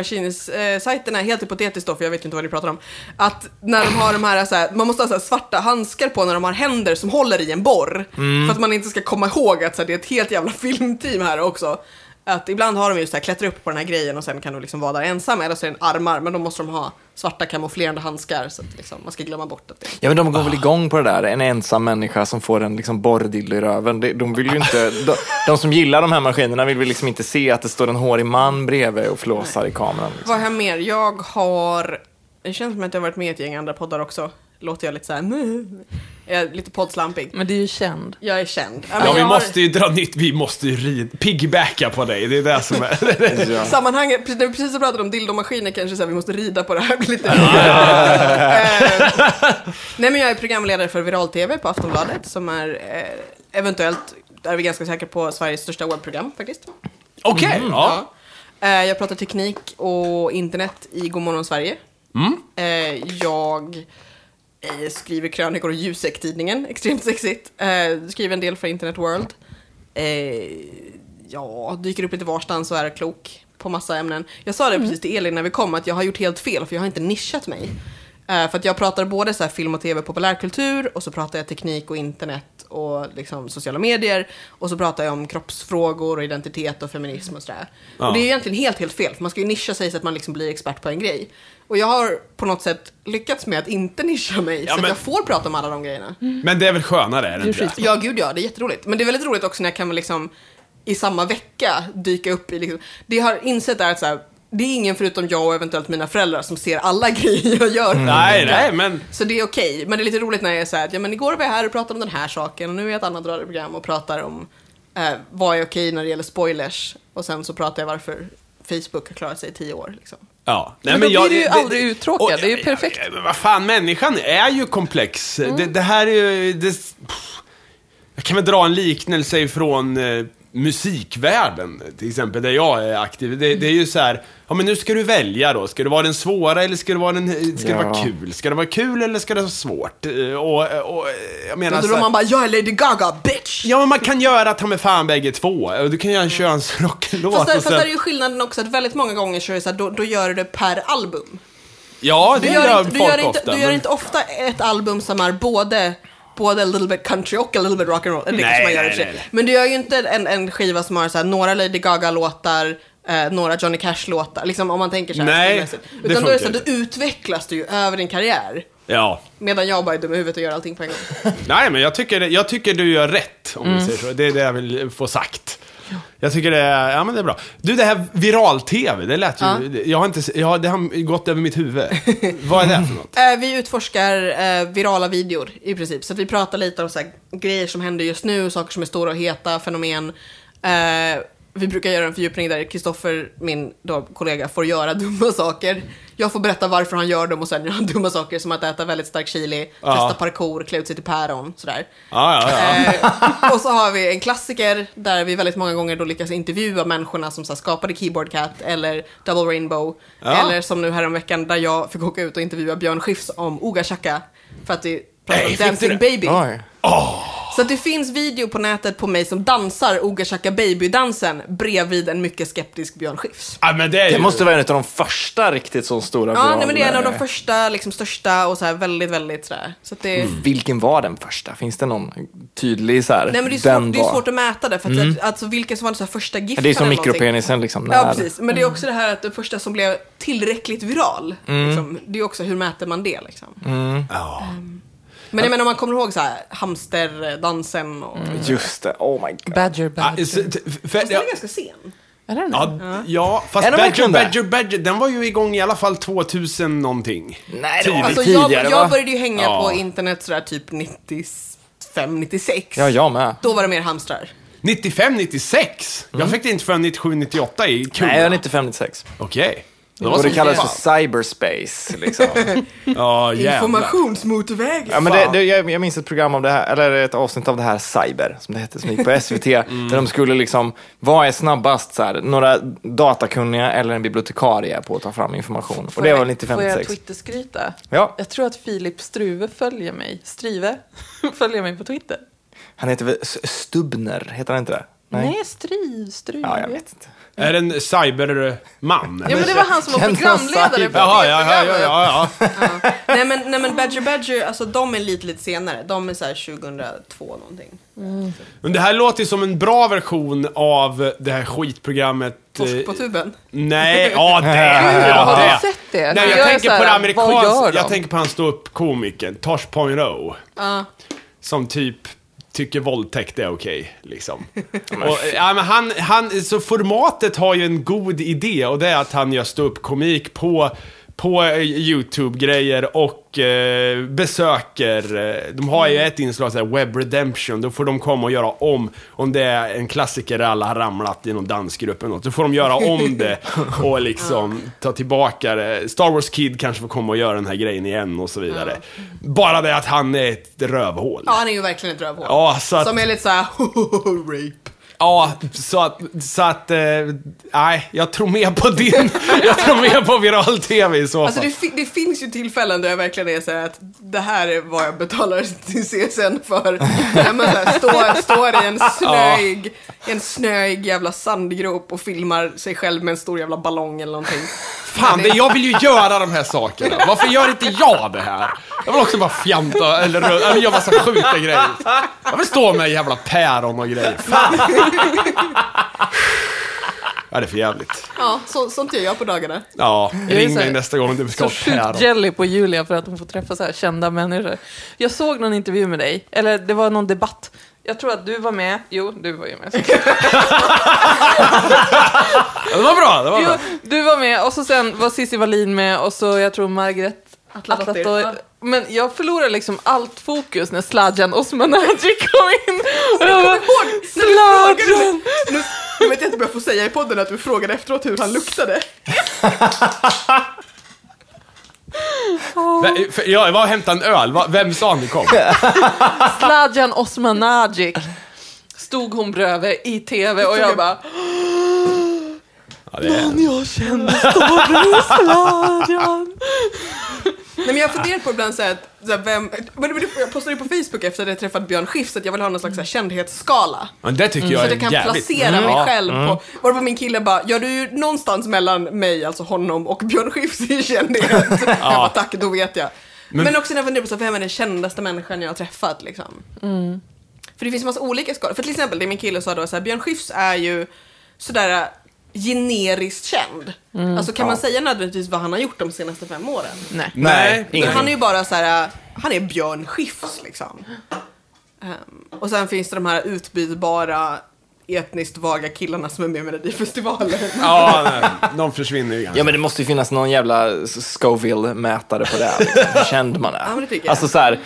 S1: Machines-sajterna, helt hypotetiskt då, för jag vet ju inte vad ni pratar om, att när de har de här, så här man måste ha så här svarta handskar på när de har händer som håller i en borr. För att man inte ska komma ihåg att så här, det är ett helt jävla filmteam här också. Att ibland har de ju så här, klättra upp på den här grejen och sen kan du liksom vara där ensam, eller så är det en armar, men då måste de ha svarta kamouflerande handskar så att liksom, man ska glömma bort att det
S2: Ja, men de går väl igång på det där. En ensam människa som får en liksom borrdildo i röven. Det- De, vill ju inte, de, de som gillar de här maskinerna vill väl liksom inte se att det står en hårig man bredvid och flåsar i kameran. Liksom.
S1: Vad har jag mer? Jag har... Det känns som att jag har varit med i ett gäng andra poddar också. Låter jag lite så här... Jag är lite poddslampig.
S4: Men det är ju känd.
S1: Jag är känd.
S5: Ja, vi
S1: jag
S5: måste ju dra nytt, vi måste ju rid, piggybacka på dig. Det är det som är...
S1: har, sammanhanget, precis, när vi precis har pratat om dildomaskiner kanske så här, vi måste rida på det här lite. Eh, Nej men jag är programledare för Viral-TV på Aftonbladet som är eh, eventuellt, är vi ganska säkra på, Sveriges största webbprogram faktiskt.
S5: Okej, ja.
S1: Mhm. Eh, Jag pratar teknik och internet i Godmorgon Sverige.
S5: Mm.
S1: Eh, Jag eh, skriver krönikor i Jusek-tidningen, extremt sexigt. Eh, Skriver en del för Internet World. Eh, Ja, dyker upp lite varstans och är klok på massa ämnen. Jag sa det precis till Elin när vi kom, att jag har gjort helt fel, för jag har inte nischat mig. Eh, för att jag pratar både så här film och tv, populärkultur och så pratar jag teknik och internet och liksom sociala medier. Och så pratar jag om kroppsfrågor och identitet och feminism och sådär.
S5: Ja.
S1: Och det är egentligen helt, helt fel. För man ska ju nischa sig så att man liksom blir expert på en grej. Och jag har på något sätt lyckats med att inte nischa mig så
S5: men-
S1: att jag får prata om alla de grejerna.
S5: Men det är väl skönare, är Mm. det inte det?
S1: Ja, gud ja, det är jätteroligt. Men det är väldigt roligt också när jag kan väl liksom i samma vecka dyka upp i liksom, det jag har insett är att så här, det är ingen förutom jag och eventuellt mina föräldrar som ser alla grejer jag gör.
S5: Nej, nej, men...
S1: Så det är okej, men det är lite roligt när jag är så här, att, ja men igår var jag här och pratade om den här saken och nu är jag ett annat radioprogram och pratar om eh, vad är okej när det gäller spoilers och sen så pratar jag varför Facebook har klarat sig i tio år. Liksom.
S5: Ja. Nej,
S4: Men då blir du ju aldrig uttråkad. Det är ju
S5: ja,
S4: perfekt.
S5: ja, men vad fan, människan är ju komplex.
S1: Mm.
S5: Det, det här är ju... Det, pff. jag kan väl dra en liknelse ifrån eh, musikvärlden, till exempel, där jag är aktiv. Det, det är ju så här, ja men nu ska du välja då. Ska det vara den svåra eller ska det vara den... Ska det vara
S2: Ja.
S5: kul? Ska det vara kul eller ska det vara svårt? Eh, Och, och jag menar...
S1: Alltså,
S5: så
S1: då
S5: här-
S1: man bara, jag är Lady Gaga, bitch!
S5: Ja men man kan göra ta med fan bägge två. Du kan göra en könsrocklåt
S1: Fast, där,
S5: och
S1: fast
S5: sen...
S1: där är ju skillnaden också att väldigt många gånger så är det så här, då, då gör du det per album.
S5: Ja, det
S1: Du
S5: gör
S1: gör, inte,
S5: folk
S1: du, gör inte,
S5: ofta.
S1: du gör
S5: men-
S1: inte ofta ett album som är både både a little bit country och a little bit rock'n'roll. Eller det
S5: Nej,
S1: kanske man gör i
S5: nej,
S1: och för sig.
S5: nej, nej.
S1: Men du gör ju inte en, en skiva som har så här, några Lady Gaga-låtar, eh, några Johnny Cash-låtar. Liksom om man tänker så här
S5: Nej,
S1: stilmässigt.
S5: det
S1: Utan då är det så här,
S5: funkar
S1: då utvecklas du ju över din karriär.
S5: Ja.
S1: Medan jag bara är dum i huvudet och gör allting på en gång.
S5: Nej, men jag tycker, jag tycker du gör rätt, om
S2: Mm.
S5: vi säger så. Det är det jag vill få sagt. Jag tycker det är, ja men det är bra. Du, det här viral-tv, det lät ju... Jag har inte, se- jag, har- det har gått över mitt huvud. Vad är det för något?
S1: Eh, vi utforskar eh, virala videor i princip. Så att vi pratar lite om så här, grejer som händer just nu, saker som är stora och heta, fenomen. Eh, vi brukar göra en fördjupning där Kristoffer, min då, kollega, får göra dumma saker. Jag får berätta varför han gör dem och sen gör han dumma saker som att äta väldigt stark chili,
S5: Ja.
S1: testa parkour, klä ut sig till päron, sådär.
S5: Ja, ja, ja.
S1: Eh, och så har vi en klassiker där vi väldigt många gånger då lyckas intervjua människorna som så här, skapade Keyboard Cat eller Double Rainbow.
S5: Ja.
S1: Eller som nu häromveckan där jag fick åka ut och intervjua Björn Skifs om Oga Chaka för att vi pratade
S5: Nej,
S1: om
S5: fick du det?
S1: Dancing Baby.
S2: Oj.
S1: Så att det finns video på nätet på mig som dansar Oga Chaka Baby-dansen bredvid en mycket skeptisk Björn Skifs.
S5: ja men det är ju...
S2: Det måste vara en av de första riktigt så stora
S1: Ja, nej, men det är en av
S2: viraler.
S1: de första, liksom största och så här väldigt, väldigt sådär. Så att det
S2: Vilken var den första? Finns det någon tydlig så här?
S1: Nej men det är,
S2: den
S1: svårt, det är
S2: var-
S1: svårt att mäta det, för att, alltså, vilken som var den så här första giften
S2: Det är som
S1: eller någonting.
S2: mikropenisen liksom.
S1: Ja,
S2: när-
S1: precis. Men det är också det här att den första som blev tillräckligt viral, liksom, det är också hur mäter man det liksom. Ehm,
S5: Ja.
S1: Men jag menar om man kommer ihåg så här, hamsterdansen och...
S2: Just det, oh my god.
S4: Badger,
S5: Ja,
S4: badger.
S5: så- för-
S1: Fast den är ganska sen.
S4: Är den det?
S5: Ja, ja, fast
S2: Är de
S5: Badger,
S2: verkligen det?
S5: Badger, Badger, den var ju igång i alla fall 2000 någonting.
S2: Nej, det var väl
S1: Alltså jag,
S2: tidigare va?
S1: jag började ju hänga
S5: Ja.
S1: på internet sådär typ 95, 96.
S2: Ja, jag med.
S1: Då var det mer hamstrar.
S5: 95, 96? Jag fick det inte förrän 97, 98 i Kumla.
S2: Mm. Nej, jag är 95, 96.
S5: Okej. Det var
S2: Och det
S5: så-
S2: kallas för cyberspace liksom.
S5: Ja, jävlar.
S1: Informationsmotorväg.
S2: Ja, men det, det, jag, jag minns ett program om det här, eller ett avsnitt av det här Cyber, som det hette, som gick på SVT.
S1: Mm.
S2: Där de skulle liksom, vad är snabbast så här, några datakunniga eller en bibliotekarie på att ta fram information? Och det var
S4: Får jag
S2: 95-96.
S4: Twitter-skryta?
S2: Ja,
S4: Jag tror att Filip Struve följer mig. Strive följer mig på Twitter.
S2: han heter väl S- Stubner, heter han inte det?
S4: Nej, Striv, Struve.
S2: Ja, jag vet inte.
S5: Är det en cyberman?
S4: Ja, men det var han som var
S2: Känner sig-
S4: programledare på
S5: Jaha,
S4: det
S5: ja, ja,
S4: programmet.
S5: ja, ja, ja.
S1: Nej men, nej men Badger Badger, alltså de är lite, lite senare. De är såhär 2002 någonting.
S5: Men det här låter ju som en bra version av det här skitprogrammet... eh,
S1: Torsk på tuben.
S5: Nej, ja det!
S4: Har
S5: ja,
S4: du sett det?
S5: Nej,
S4: Jag
S5: jag,
S4: är
S5: tänker
S4: så här,
S5: på det
S4: vad gör
S5: amerikanska...
S4: de?
S5: Jag tänker på han ståuppkomikern, Tosh Poirot. Som typ tycker våldtäkt är okej, liksom. Och, ja, men han, han, så formatet har ju en god idé och det är att han gör ståuppkomik på på eh, YouTube-grejer och eh, besöker, eh, de har ju ett inslag såhär, web redemption, då får de komma och göra om, om det är en klassiker där alla har ramlat i någon dansgrupp eller något, då får de göra om det och liksom ta tillbaka det. Star Wars Kid kanske får komma och göra den här grejen igen och så vidare. Bara det att han är ett rövhål.
S1: Ja, han är ju verkligen ett rövhål.
S5: Ja, så att-
S1: Som är lite såhär, rape.
S5: Ja, så att, så att eh, nej, jag tror mer på din, jag tror mer på viral-tv i så fall.
S1: Alltså det, fi- det finns ju tillfällen där jag verkligen är så här att det här är vad jag betalar till CSN för. När man så här står, står i en snöig, i en snöig jävla sandgrop och filmar sig själv med en stor jävla ballong eller någonting.
S5: Fan, det, jag vill ju göra de här sakerna. Varför gör inte jag det här? Jag vill också bara fjanta eller, rö- eller göra massa sjuka grejer. Jag vill stå med jävla päron och grejer. Fan! Ja, det är för jävligt.
S1: Ja, så, sånt gör jag på dagarna.
S5: Ja,
S4: är
S5: ring
S4: så
S5: mig
S4: här-
S5: nästa gång du ska
S4: Så
S5: ha
S4: sjukt
S5: päron.
S4: jelly på Julia för att hon får träffa så här kända människor. Jag såg någon intervju med dig, eller det var någon debatt. Jag tror att du var med. Jo, du var ju med.
S5: Ja, det var bra, det var
S4: Jo,
S5: bra.
S4: du var med och så sen var Cissi Wallin med och så jag tror Margret
S1: Atladottir.
S4: Atladottir. Men jag förlorade liksom allt fokus när Sladjan Osmanagic kom in. Och jag bara, Sladjan!
S1: Nu, nu vet jag inte om jag får säga i podden att du frågade efteråt hur han luktade.
S5: Vä- för- Jag var och hämtade en öl. Va- Vem sa ni kom?
S4: Sladjan Osmanagic stod hon bredvid i tv och jag bara
S5: Ja, det är...
S4: Jag känner stora Sladjan.
S1: Nej men jag funderar på ibland såhär, att, såhär vem, men det- jag postade ju på Facebook efter att jag träffat Björn Skifs att jag vill ha någon slags såhär, kändhetsskala.
S5: Men det tycker jag
S1: Mm. Så
S5: är
S1: att jag kan
S5: jävligt.
S1: placera
S5: Mm.
S1: mig
S5: Ja.
S1: själv på, varpå min kille bara, ja du är ju någonstans mellan mig, alltså honom och Björn Skifs i kändhet. Jag bara, tack, då vet jag. Men, också när jag funderar på så, här, vem är den kändaste människan jag har träffat liksom. För det finns en massa olika skador. För till exempel det min kille sa då, så här, Björn Skifs är ju sådär äh, generiskt känd. Alltså kan man säga nödvändigtvis vad han har gjort de senaste fem åren?
S4: Nej.
S5: Nej,
S2: ingenting.
S1: Han är ju bara så här, äh, han är Björn Skifs liksom. Ehm, och sen finns det de här utbytbara etniskt vaga killarna som är med i Melodifestivalen.
S5: Ja, nej. De försvinner ju ganska
S2: Ja men det måste ju finnas någon jävla Scoville-mätare på det här, liksom. hur känd man är.
S1: Ja, men det tycker jag.
S2: alltså så här,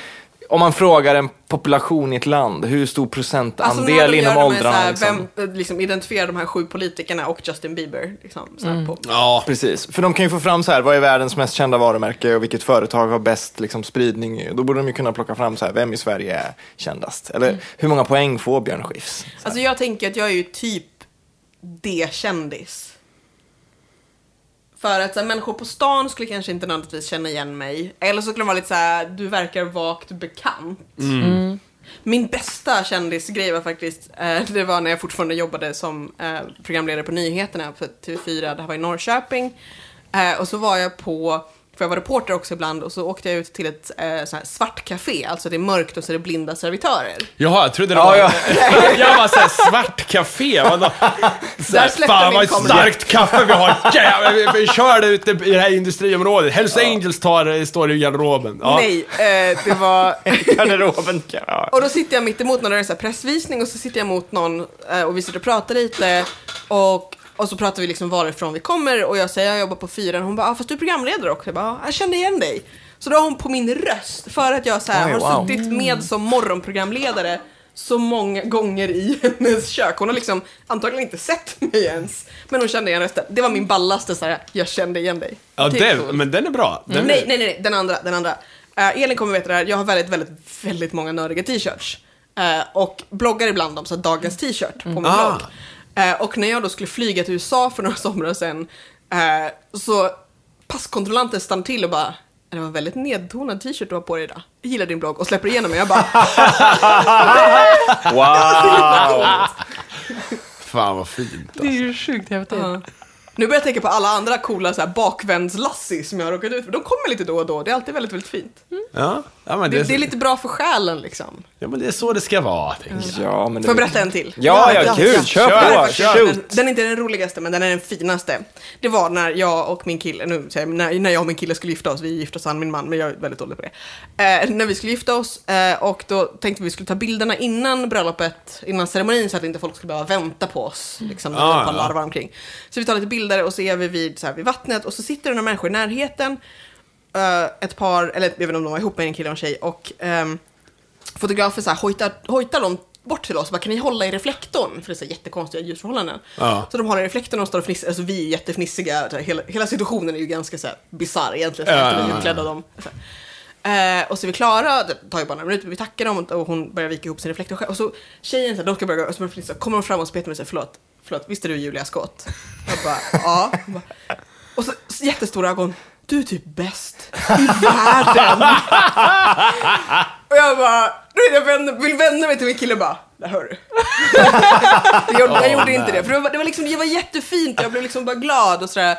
S2: om man frågar en population i ett land, hur
S1: Alltså, när
S2: stor
S1: de
S2: procentandel
S1: gör
S2: inom
S1: de här så
S2: åldrarna?
S1: här,
S2: Liksom?
S1: Vem, eh, liksom, identifierar de här sju politikerna och Justin Bieber. Liksom, så här,
S2: Mm.
S1: på.
S5: Ja,
S2: Precis, för de kan ju få fram så här, vad är världens mest kända varumärke och vilket företag har bäst liksom, spridning? Då borde de ju kunna plocka fram så här, vem i Sverige är kändast? Eller
S1: Mm.
S2: hur många poäng får Björn Skifs?
S1: Alltså jag tänker att jag är ju typ D-kändis. För att så här, människor på stan skulle kanske inte nödvändigtvis känna igen mig. Eller så skulle de vara lite så här: du verkar vagt bekant. Min bästa kändisgrej var faktiskt, eh, det var när jag fortfarande jobbade som eh, programledare på nyheterna på TV4, det här var i Norrköping. Eh, och så var jag på, för jag var reporter också ibland, och så åkte jag ut till ett eh, så här svart café, alltså det är mörkt och så är det blinda servitörer.
S5: Jaha, jag trodde det
S2: Ja,
S5: var...
S2: ja.
S5: Jag bara såhär, svart café. Vadå?
S1: Där
S5: Såhär,
S1: släppte
S5: fan
S1: min
S5: vad ett
S1: kommentar.
S5: starkt kaffe vi har. Jävlar, vi, vi kör det ute i det här industriområdet. Hells Angels tar, står i garderoben. Ja.
S1: Nej, eh, det var...
S2: Garderoben, ja.
S1: Och då sitter jag mitt emot någon, det är en sån här pressvisning och så sitter jag emot någon eh, och vi sitter och pratar lite och, och så pratar vi liksom varifrån vi kommer och jag säger jag jobbar på fyran hon bara ah, fast du är programledare också. Jag bara ah, jag kände igen dig. Så då har hon på min röst för att jag så här,
S2: Oj,
S1: har
S2: wow.
S1: suttit med som morgonprogramledare så många gånger i hennes kök. Hon har liksom antagligen inte sett mig ens. Men hon kände igen rösten. Det var min ballaste så här, jag kände igen dig. Typ
S5: Ja,
S1: Det är
S5: det,
S1: coolt.
S5: men den är bra. Den
S1: Nej,
S5: är,
S1: nej, nej, nej, den andra, den andra. Eh, Elin kommer veta det här, jag har väldigt, väldigt, väldigt många nördiga t-shirts. Eh, och bloggar ibland om så här, dagens t-shirt på min
S5: Ah.
S1: blogg. Eh, och när jag då skulle flyga till USA för några somrar sedan eh, så passkontrollanten stannade till och bara det var en väldigt nedtonad t-shirt du har på dig idag. Jag gillar din blogg och släpper igenom mig. Jag bara,
S2: Wow!
S5: Fan vad fint.
S4: Det är ju sjukt häftigt.
S1: Ja. Nu börjar jag tänka på alla andra coola så här, bakvändslassi som jag har råkat ut för. De kommer lite då och då. Det är alltid väldigt, väldigt fint.
S5: Ja, ja, men det,
S1: Det, det är lite bra för själen liksom.
S5: ja, men det är så det ska vara, tänker jag.
S2: Ja, men det...
S1: Får jag berätta en till?
S2: Ja, ja, kul! Kör
S1: Det här är
S2: på!
S1: faktiskt- Den,
S2: Shoot!
S1: den är inte den roligaste, men den är den finaste. Det var när jag och min kille, nu säger jag, när, när jag och min kille skulle gifta oss, vi gifte oss han min man, men jag är väldigt dålig på det. Eh, när vi skulle gifta oss eh, och då tänkte vi vi skulle ta bilderna innan bröllopet, innan ceremonin så att inte folk skulle behöva vänta på oss. Liksom, när vi
S5: Ah,
S1: bara
S5: ja.
S1: larvar omkring. Så vi tar lite bilder och så är vi vid, så här, vid vattnet och så sitter det några människor i närheten. Eh, ett par, eller jag vet inte om de var ihop med en kille och en tjej och ehm, fotografen så här hojtar, hojtar dem bort till oss. Bara, kan ni hålla i reflektorn? För det är så här jättekonstiga ljusförhållanden.
S5: Ja.
S1: Så de håller i reflektorn och står och fnissar. Alltså vi är jättefnissiga. Så här, Hela, hela situationen är ju ganska så här bisarr egentligen. Så
S5: Ja,
S1: här,
S5: ja,
S1: vi är
S5: ja,
S1: utklädda och de. Så Eh, och så är vi klara, det tar ju bara några minuter, vi tackar dem och hon börjar vika ihop sin reflektor själv. Och så tjejen så här, de ska börja gå, och så börjar Flinta, kommer hon fram och spetar mig och säger förlåt, förlåt, visst är du Julia Skott? Jag bara, ja. Hon bara, och så, så jättestora ögon, du är typ bäst i världen. och jag bara, du vet, jag vänder, vill vända mig till min kille och bara, där hör du. jag, gjorde- jag gjorde inte det, för det var, det var, liksom, det var jättefint, jag blev liksom bara glad och sådär.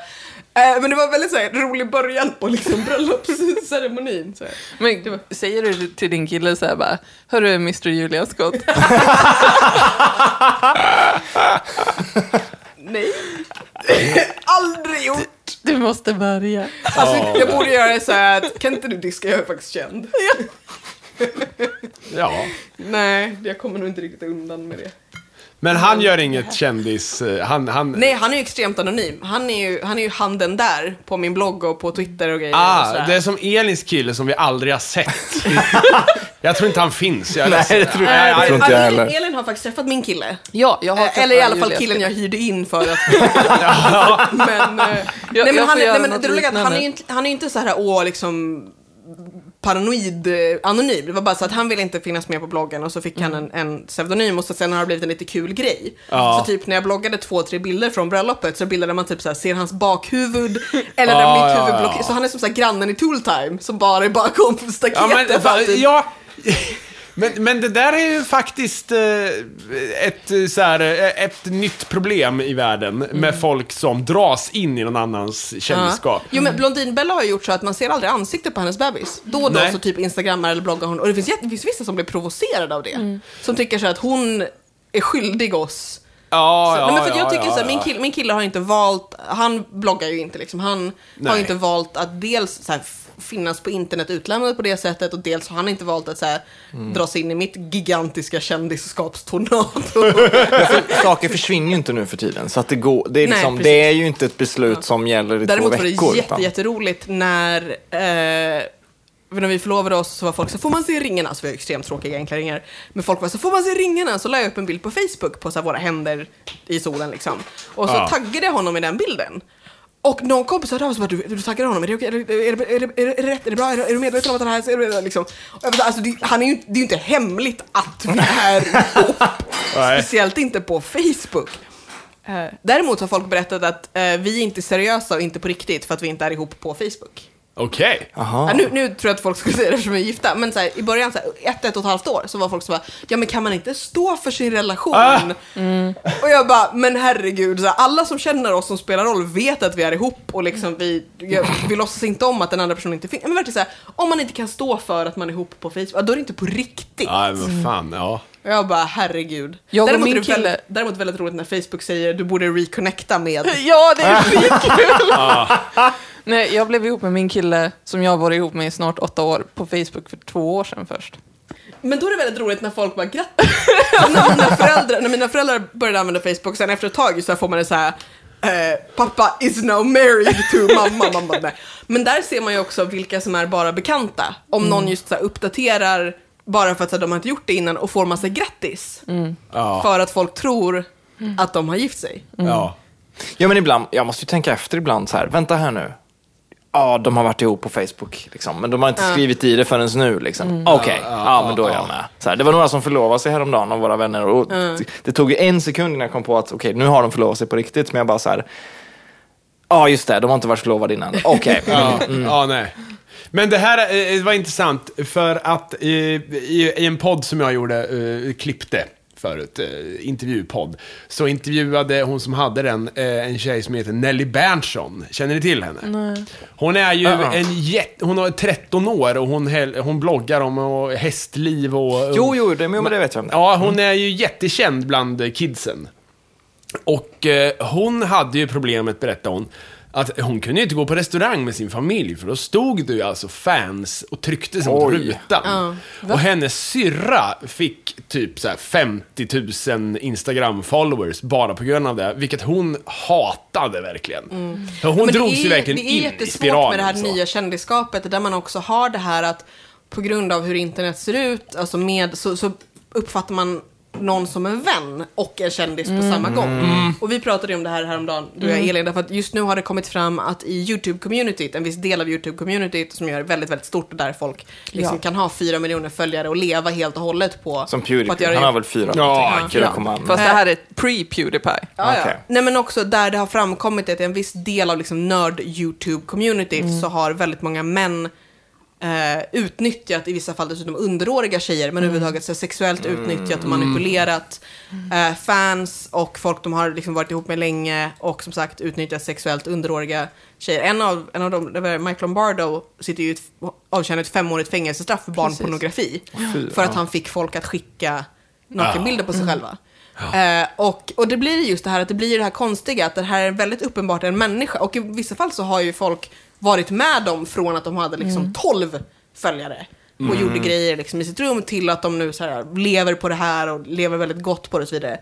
S1: Eh, Men det var väldigt så här, rolig början på liksom bröllopsceremonin. Så här.
S4: Men säger du till din kille så här bara, hörru Mr Julia Skott,
S1: Nej. Aldrig gjort.
S4: du måste börja.
S1: Alltså, jag borde göra det så här att, kan inte du diska, jag är faktiskt känd.
S5: Ja.
S1: Nej, jag kommer nog inte riktigt undan med det.
S5: Men han gör inget kändis... eh, Han, han...
S1: Nej, han är ju extremt anonym. Han är ju, han är ju handen där på min blogg och på Twitter och grejer. och
S5: Ah,
S1: sådär.
S5: det är som Elins kille som vi aldrig har sett. jag tror inte han finns. Jag är
S2: Nej,
S5: ledsen.
S2: det tror
S1: Nej, men-
S2: jag, jag tror inte jag
S1: Elin-
S2: heller.
S1: Elin har faktiskt träffat min kille.
S4: Ja, jag har
S1: Eh, Eller i alla fall killen jag hyrde in för att... eh, men, eh, nej,
S4: jag
S1: men,
S4: får
S1: han,
S4: göra
S1: nej, men
S4: något
S1: det roliga är att han är
S4: liknande.
S1: ju inte, han är ju inte så här, åh, liksom paranoid eh, anonym. Det var bara så att han ville inte finnas med på bloggen och så fick han en, en pseudonym och så sen har det blivit en lite kul grej.
S5: Mm. Ja.
S1: Så typ när jag bloggade två, tre bilder från bröllopet så bildade man typ så här, ser hans bakhuvud eller där
S5: Ja,
S1: mitt
S5: ja,
S1: huvud
S5: ja.
S1: blockerar. Så han är som så här grannen i Tool Time som bara är bakom
S5: Ja,
S1: staketet.
S5: men, va,
S1: alltid.
S5: ja. Men, men det där är ju faktiskt eh, ett, eh, så här, eh, ett nytt problem i världen
S1: Mm.
S5: med folk som dras in i någon annans kändisskap.
S1: Jo men Blondinbella har ju gjort så att man ser aldrig ansiktet på hennes bebis. Då och då
S5: Nej.
S1: så typ instagrammar eller bloggar hon. Och det finns, jätte- det finns vissa som blir provocerade av det. Som tycker så att hon är skyldig oss.
S5: Ja,
S1: Så,
S5: ja,
S1: nej, men för att jag
S5: ja,
S1: tycker
S5: ja,
S1: så här, min,
S5: ja.
S1: kille, min kille har inte valt, han bloggar ju inte liksom. Han har
S5: Nej.
S1: inte valt att dels så här, f- finnas på internet utlämnad på det sättet och dels har han inte valt att så här,
S5: Mm.
S1: dras in i mitt gigantiska kändisskapstornado.
S2: Saker försvinner ju inte nu för tiden, så att det, går, det, är
S1: Nej,
S2: liksom,
S1: precis.
S2: det är ju inte ett beslut som gäller i
S1: Däremot
S2: två
S1: var det
S2: veckor.
S1: jätte,
S2: utan-
S1: jätteroligt när, eh, när vi förlovade oss så var folk så får man se ringarna? Alltså vi har extremt tråkiga enkla ringar. Men folk var så får man se ringarna? Så la jag upp en bild på Facebook på så här, våra händer i solen liksom. Och så
S5: Ja.
S1: taggade jag honom i den bilden. Och någon kompis hörde av sig och bara, du, du taggade honom, är det, okej? är, det, är, det, är, det, är det rätt? Är det bra? Är du, är du medveten om att han är här? Är du, liksom. och jag bara, så här, alltså, det, han är ju, det är ju inte hemligt att vi är ihop.
S5: Nej.
S1: Speciellt inte på Facebook. Eh, Däremot har folk berättat att eh, vi är inte seriösa och inte på riktigt för att vi inte är ihop på Facebook.
S5: Okej.
S2: Jaha.
S1: Ja, nu, nu tror jag att folk skulle säga det eftersom vi är gifta, men så här, i början, så här, ett, ett och ett halvt år, så var folk så bara, ja men kan man inte stå för sin relation? Mm. Och jag bara, men herregud, så här, alla som känner oss som spelar roll vet att vi är ihop och liksom vi, jag, vi låtsas inte om att den andra personen inte finns. Men verkligen så här, om man inte kan stå för att man är ihop på Facebook, ja, då är det inte på riktigt.
S5: Ja, men fan, ja.
S1: Och jag bara, herregud.
S4: Jag och
S1: däremot,
S4: min
S1: är det
S4: kille-
S1: väldigt, däremot väldigt roligt när Facebook säger, du borde reconnecta med
S4: Ja, det är skitkul! Nej, jag blev ihop med min kille som jag varit ihop med i snart åtta år på Facebook för två år sedan först.
S1: Men då är det väldigt roligt när folk bara grattis. Och när, mina föräldrar, när mina föräldrar började använda Facebook, sen efter ett tag så får man det så här. eh, pappa is now married to mamma. mamma nej. Men där ser man ju också vilka som är bara bekanta. Om någon just så här uppdaterar bara för att så här, de har inte gjort det innan och får massa grattis.
S5: Ja.
S1: För att folk tror att de har gift sig.
S5: ja.
S2: Ja, men ibland, jag måste ju tänka efter ibland så här, vänta här nu. Ja, de har varit ihop på Facebook, liksom, men de har inte skrivit i det förrän nu. Liksom.
S1: Mm.
S2: Okej, ja, men då är jag med. Så här, det var några som förlovade sig häromdagen av våra vänner och det- det tog ju en sekund innan jag kom på att okej, nu har de förlovat sig på riktigt, men jag bara så här, ja just det, de har inte varit förlovade innan. Okej.
S5: Ja, ja, nej. Men det här eh, var intressant för att eh, i, i en podd som jag gjorde, eh, klippte förut, eh, intervjupodd, så intervjuade hon som hade den eh, en tjej som heter Nelly Berntsson. Känner ni till henne? Nej. Hon är ju
S2: Uh-uh.
S5: en jätte, hon har 13 år och hon, häl- hon bloggar om och hästliv och...
S2: Jo, jo, det, men det vet jag.
S5: Ja, hon är ju jättekänd bland eh, kidsen. Och eh, hon hade ju problemet, berättade hon, att hon kunde ju inte gå på restaurang med sin familj för då stod det ju alltså fans och tryckte sig mot
S2: Oj.
S5: rutan.
S1: Ja.
S5: och hennes syrra fick typ så här 50 000 Instagram-followers bara på grund av det, vilket hon hatade verkligen. För Hon
S1: Mm. Men det
S5: drogs
S1: är-
S5: ju verkligen
S1: Det är
S5: in i
S1: jättesvårt
S5: spiralen.
S1: med det här
S5: så.
S1: nya kändisskapet där man också har det här att på grund av hur internet ser ut, alltså med, så, så uppfattar man någon som en vän och en kändis på
S5: Mm.
S1: samma gång. Och vi pratade ju om det här häromdagen, du och jag Elin, därför att just nu har det kommit fram att i YouTube-communityt, en viss del av YouTube-communityt som gör det väldigt, väldigt stort och där folk liksom
S4: Ja.
S1: kan ha fyra miljoner följare och leva helt och hållet på,
S2: Som
S1: på att
S2: Pewdiepie,
S1: göra
S2: han har väl fyra någonting. Kul att komma an.
S4: Fast
S1: Eh.
S4: det här är pre-Pewdiepie.
S1: Ja, ja.
S2: Okej.
S1: Nej, men också där det har framkommit att i en viss del av liksom nörd-YouTube-communityt
S2: Mm.
S1: så har väldigt många män eh, utnyttjat, i vissa fall dessutom underåriga tjejer,
S2: Mm.
S1: men överhuvudtaget så här sexuellt utnyttjat och manipulerat
S2: Mm.
S1: eh, fans och folk de har liksom varit ihop med länge och som sagt utnyttjat sexuellt underåriga tjejer. En av, en av dem, det var Mike Lombardo, sitter ju i ett- avtjänar ett femårigt fängelsestraff för barnpornografi. för
S2: Fy,
S1: att
S2: ja. Mm.
S1: han fick folk att skicka nakenbilder på sig själva. Eh, och, och det blir just det här att det blir det här konstiga att det här är väldigt uppenbart en människa. Och i vissa fall så har ju folk varit med dem från att de hade liksom 12 följare och gjorde grejer liksom i sitt rum till att de nu så här lever på det här och lever väldigt gott på det och så vidare.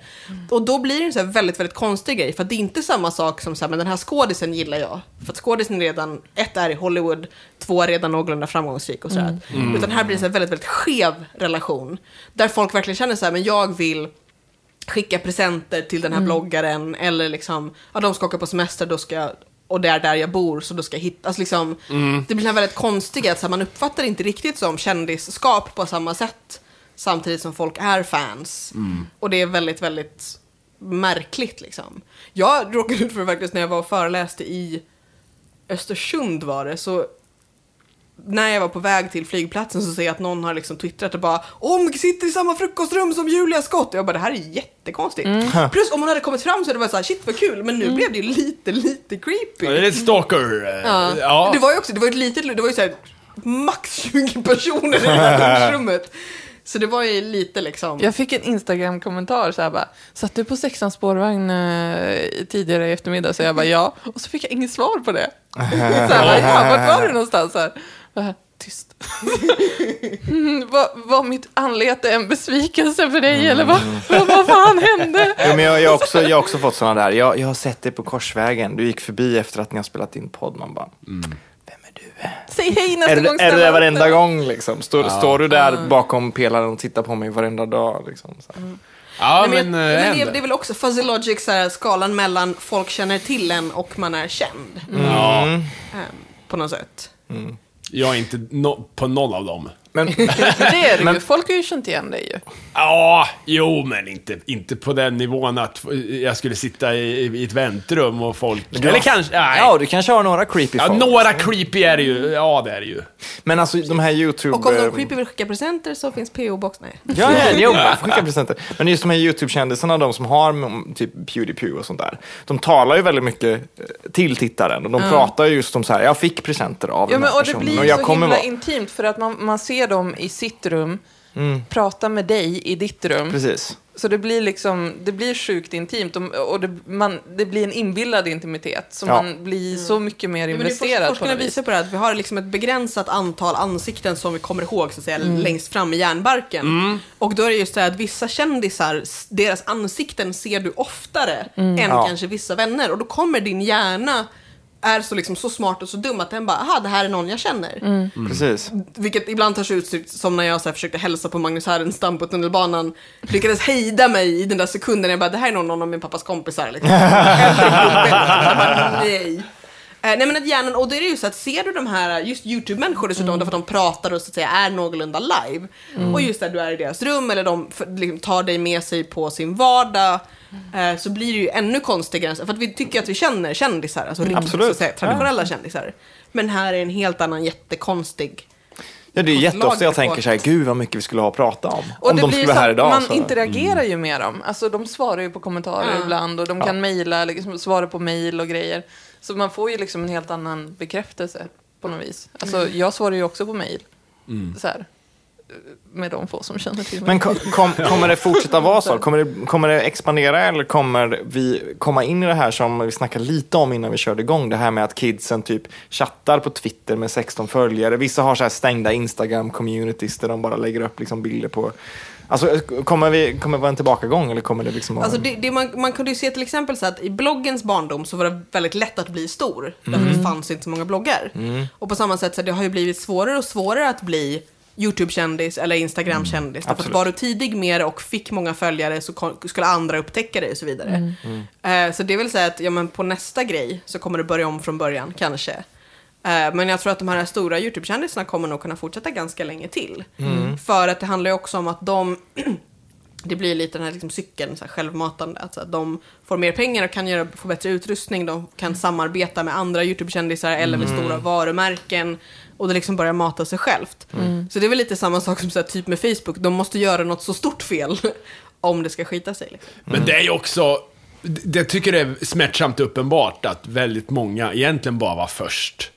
S1: Och då blir det en så här väldigt, väldigt konstig grej för att det är inte samma sak som så här, men den här skådisen gillar jag. För att skådisen redan, ett är i Hollywood, två är redan någorlunda framgångsrik och sådär. Utan här blir det så här väldigt, väldigt skev relation. Där folk verkligen känner så här, men jag vill skicka presenter till den här bloggaren eller liksom, ja de ska åka på semester, då ska jag, och det är där jag bor, så då ska jag hitta, alltså liksom, det blir den här väldigt konstiga, att så här, man uppfattar inte riktigt som kändisskap på samma sätt, samtidigt som folk är fans. Och det är väldigt, väldigt märkligt liksom. Jag råkade ut för det faktiskt när jag var och föreläste i Östersund var det, så när jag var på väg till flygplatsen så ser jag att någon har liksom twittrat och bara Om sitter i samma frukostrum som Julia Skott. Jag bara det här är jättekonstigt.
S5: Mm.
S1: Plus om hon hade kommit fram så hade det varit så här shit vad kul men nu blev det ju lite lite creepy.
S5: Ja, Det är lite stalker. eh,
S1: Ja.
S5: Ja.
S1: Det var ju också, det var ju ett litet, det var ju så här max 20 personer i det här lunchrummet. Så det var ju lite liksom.
S4: Jag fick en Instagram-kommentar så här bara, satt du på sexans spårvagn eh, tidigare i eftermiddag? Så jag bara ja, och så fick jag inget svar på det. så här, bara, ja, vart var du någonstans? Så här, bara, tyst. mm, var, var mitt anlete en besvikelse för dig eller vad, vad, vad fan hände?
S2: Jo, men jag, jag, har också, jag har också fått sådana där. Jag, jag har sett dig på Korsvägen. Du gick förbi efter att ni har spelat in podd. Man bara, vem är du?
S4: Säg hej nästa
S2: Är du,
S4: gång.
S2: är du
S4: snälla.
S2: där varenda gång? Liksom? Står, står du där bakom pelaren och tittar på mig varenda dag? Liksom, så här.
S5: ja
S1: Nej, men,
S5: men, eh,
S1: men det,
S5: händer.
S1: det är väl också fuzzy logic, så här, skalan mellan folk känner till en och man är känd.
S5: Mm. Ja,
S1: eh, På något sätt.
S5: jag är inte no, på noll av dem.
S2: Men,
S4: Men det är det ju, folk har ju känt igen dig ju.
S5: Ja, jo, men inte, inte på den nivån att jag skulle sitta i, i ett väntrum och folk... Eller kanske... Nej.
S2: ja, du kanske har några creepy
S5: Ja,
S2: folk.
S5: några creepy är det ju. Ja, det är det ju.
S2: Men alltså de här YouTube...
S1: Och om
S2: eh,
S1: de creepy vill skicka presenter så finns PO-box. Nej.
S2: Ja, ja, jo, man får skicka presenter. Men just de här YouTube-kändisarna, de som har mm, typ Pewdiepie och sånt där, de talar ju väldigt mycket eh, till tittaren och de pratar ju just om så här, jag fick presenter av
S4: Ja,
S2: den
S4: men,
S2: här
S4: och det
S2: personen
S4: blir
S2: och jag
S4: så
S2: kommer
S4: himla
S2: vara...
S4: intimt för att man, man ser dem i sitt rum, prata med dig i ditt rum.
S2: Precis.
S4: Så det blir liksom, det blir sjukt intimt och, och det, man, det blir en inbillad intimitet. Så
S2: Ja.
S4: man blir så mycket mer
S1: Mm. Ja, men det är
S4: investerad på
S1: forskarna
S4: något vis.
S1: visar på det här, att vi har liksom ett begränsat antal ansikten som vi kommer ihåg så att säga, längst fram i hjärnbarken. Och då är det just det här att vissa kändisar, s- deras ansikten ser du oftare än
S2: Ja.
S1: kanske vissa vänner. Och då kommer din hjärna är så, liksom, så smart och så dum att den bara, aha, det här är någon jag känner.
S2: Precis.
S1: Vilket ibland tar sig uttryck som när jag så här, försökte hälsa på Magnus Härenstam på tunnelbanan. Lyckades hejda mig i den där sekunden. Jag bara, det här är någon, någon av min pappas kompisar. Liksom. Jag bara, nej. Eh, nej men att hjärnan, och då är det ju så att ser du de här, just YouTube-människor dessutom, därför att de pratar och så att säga är någorlunda live. Och just där du är i deras rum eller de för, liksom, tar dig med sig på sin vardag. Eh, så blir det ju ännu konstigare, för att vi tycker att vi känner kändisar, alltså riktigt,
S2: Absolut.
S1: så att säga, traditionella kändisar. Men här är en helt annan jättekonstig
S2: Ja, det är ju jätteofta jag
S1: Lager på.
S2: tänker så här, gud vad mycket vi skulle ha att prata om.
S4: Och
S2: om
S4: det
S2: de
S4: blir
S2: skulle vara
S4: så
S2: här
S4: att
S2: idag.
S4: man
S2: så.
S4: interagerar ju med dem. Alltså de svarar ju på kommentarer
S1: Ja.
S4: ibland och de kan mejla, liksom, svara på mejl och grejer. Så man får ju liksom en helt annan bekräftelse på något vis. Alltså jag svarar ju också på mejl. Så här, med de få som känner till mig.
S2: Men kom, kom, kommer det fortsätta vara så? Kommer det, kommer det expandera eller kommer vi komma in i det här som vi snackade lite om innan vi körde igång? Det här med att kidsen typ chattar på Twitter med 16 följare. Vissa har så här stängda Instagram-communities där de bara lägger upp liksom bilder på... Alltså, kommer, vi, kommer det vara en tillbakagång eller kommer det liksom vara...
S1: Alltså det, det man, man kunde ju se till exempel så att i bloggens barndom så var det väldigt lätt att bli stor. Därför det fanns inte så många bloggar. Och på samma sätt så det har ju blivit svårare och svårare att bli YouTube-kändis eller Instagram-kändis. Därför att
S2: absolut.
S1: var du tidig med det och fick många följare så kon- skulle andra upptäcka dig och så vidare. Eh, så det vill säga att ja, men på nästa grej så kommer du börja om från början, kanske. Eh, men jag tror att de här stora YouTube-kändisarna kommer nog kunna fortsätta ganska länge till. För att det handlar ju också om att de det blir lite den här liksom cykeln, så här självmatande. Att så här, de får mer pengar och kan göra, få bättre utrustning, de kan
S5: Mm.
S1: samarbeta med andra YouTube-kändisar eller med stora varumärken. Och det liksom börjar mata sig självt.
S5: Mm.
S1: Så det är väl lite samma sak som så här, typ med Facebook, de måste göra något så stort fel om det ska skita sig. Liksom.
S2: Mm.
S5: Men det är ju också, det det tycker jag är smärtsamt uppenbart att väldigt många egentligen bara var först.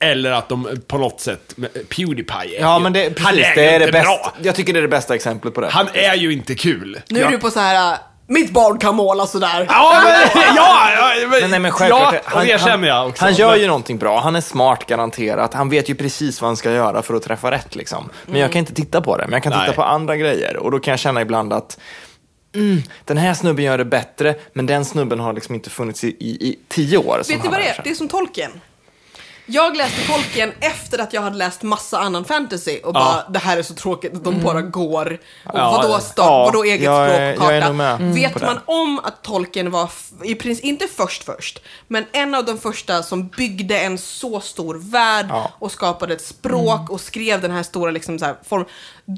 S5: Eller att de på något sätt, Pewdiepie är
S2: Ja,
S5: ju-
S2: men det,
S5: han
S2: precis,
S5: är
S2: det
S5: ju
S2: är det
S5: inte
S2: bästa.
S5: bra.
S2: Jag tycker det är det bästa exemplet på det.
S5: Han är ju inte kul.
S1: Nu
S5: ja.
S1: är du på så här, äh, mitt barn kan måla sådär.
S5: Ja, men, ja, ja, men,
S2: Men nej, men självklart,
S5: ja, och det känner jag också.
S2: Han gör
S5: Men-
S2: ju någonting bra, han är smart garanterat, han vet ju precis vad han ska göra för att träffa rätt liksom. Men jag kan inte titta på det, men jag kan
S5: Mm. Nej.
S2: titta på andra grejer och då kan jag känna ibland att mm, den här snubben gör det bättre, men den snubben har liksom inte funnits i, i, i tio år. som
S1: Vet ni
S2: han
S1: vad
S2: har
S1: det är?
S2: känt.
S1: Det är som Tolkien. Jag läste Tolkien efter att jag hade läst massa annan fantasy och bara det här är så tråkigt att de bara går. Och
S5: Ja,
S1: vadå, start,
S2: ja.
S1: vadå eget
S2: Jag är-
S1: språk och karta?
S2: jag är nog med Mm. på
S1: Vet
S2: det.
S1: man om att Tolkien var, f- i princip, inte först först, men en av de första som byggde en så stor värld
S2: Ja. Mm.
S1: och skapade ett språk och skrev den här stora liksom, så här, form.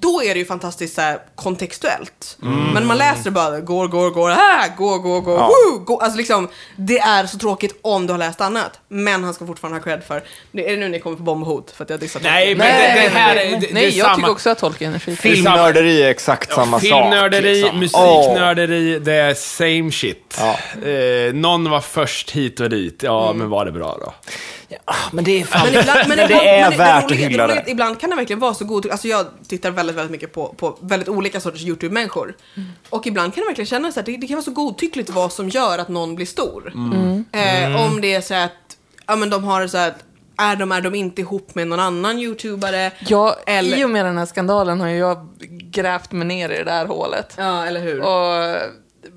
S1: Då är det ju fantastiskt så här, kontextuellt. Men man läser det bara, går, går, går, ah, går, går, går,
S2: Mm. Ja.
S1: woo, går. Alltså liksom, det är så tråkigt om du har läst annat. Men han ska fortfarande ha cred för, nu- är det nu ni kommer få bombhot för att jag dissar
S5: Nej,
S1: Tolkien?
S5: men det, det här är... Det,
S4: Nej,
S5: det är
S4: jag
S5: samma.
S4: tycker också att Tolkien är skit.
S5: är samma-
S2: Filmnörderi är exakt samma sak.
S5: Filmnörderi,
S2: liksom.
S5: musiknörderi, det är same shit.
S2: Ja. Mm.
S5: Eh, någon var först hit och dit. Ja, men var det bra då?
S2: Ah, men det är fan...
S1: Men, ibland, men,
S2: Men det
S1: ibland,
S2: är
S1: men
S2: värt att
S1: roliga-
S2: hylla
S1: roliga-
S2: det.
S1: Ibland kan det verkligen vara så god. Alltså jag tittar väldigt, väldigt mycket på, på väldigt olika sorters YouTube-människor. Och ibland kan det verkligen kännas att det, det kan vara så godtyckligt vad som gör att någon blir stor. Eh, Om det är så att, ja men de har så att, är de, är de inte ihop med någon annan YouTubare?
S4: Jag,
S1: Eller-
S4: I och med den här skandalen har ju jag grävt mig ner i det där hålet.
S1: Ja, eller hur?
S4: Och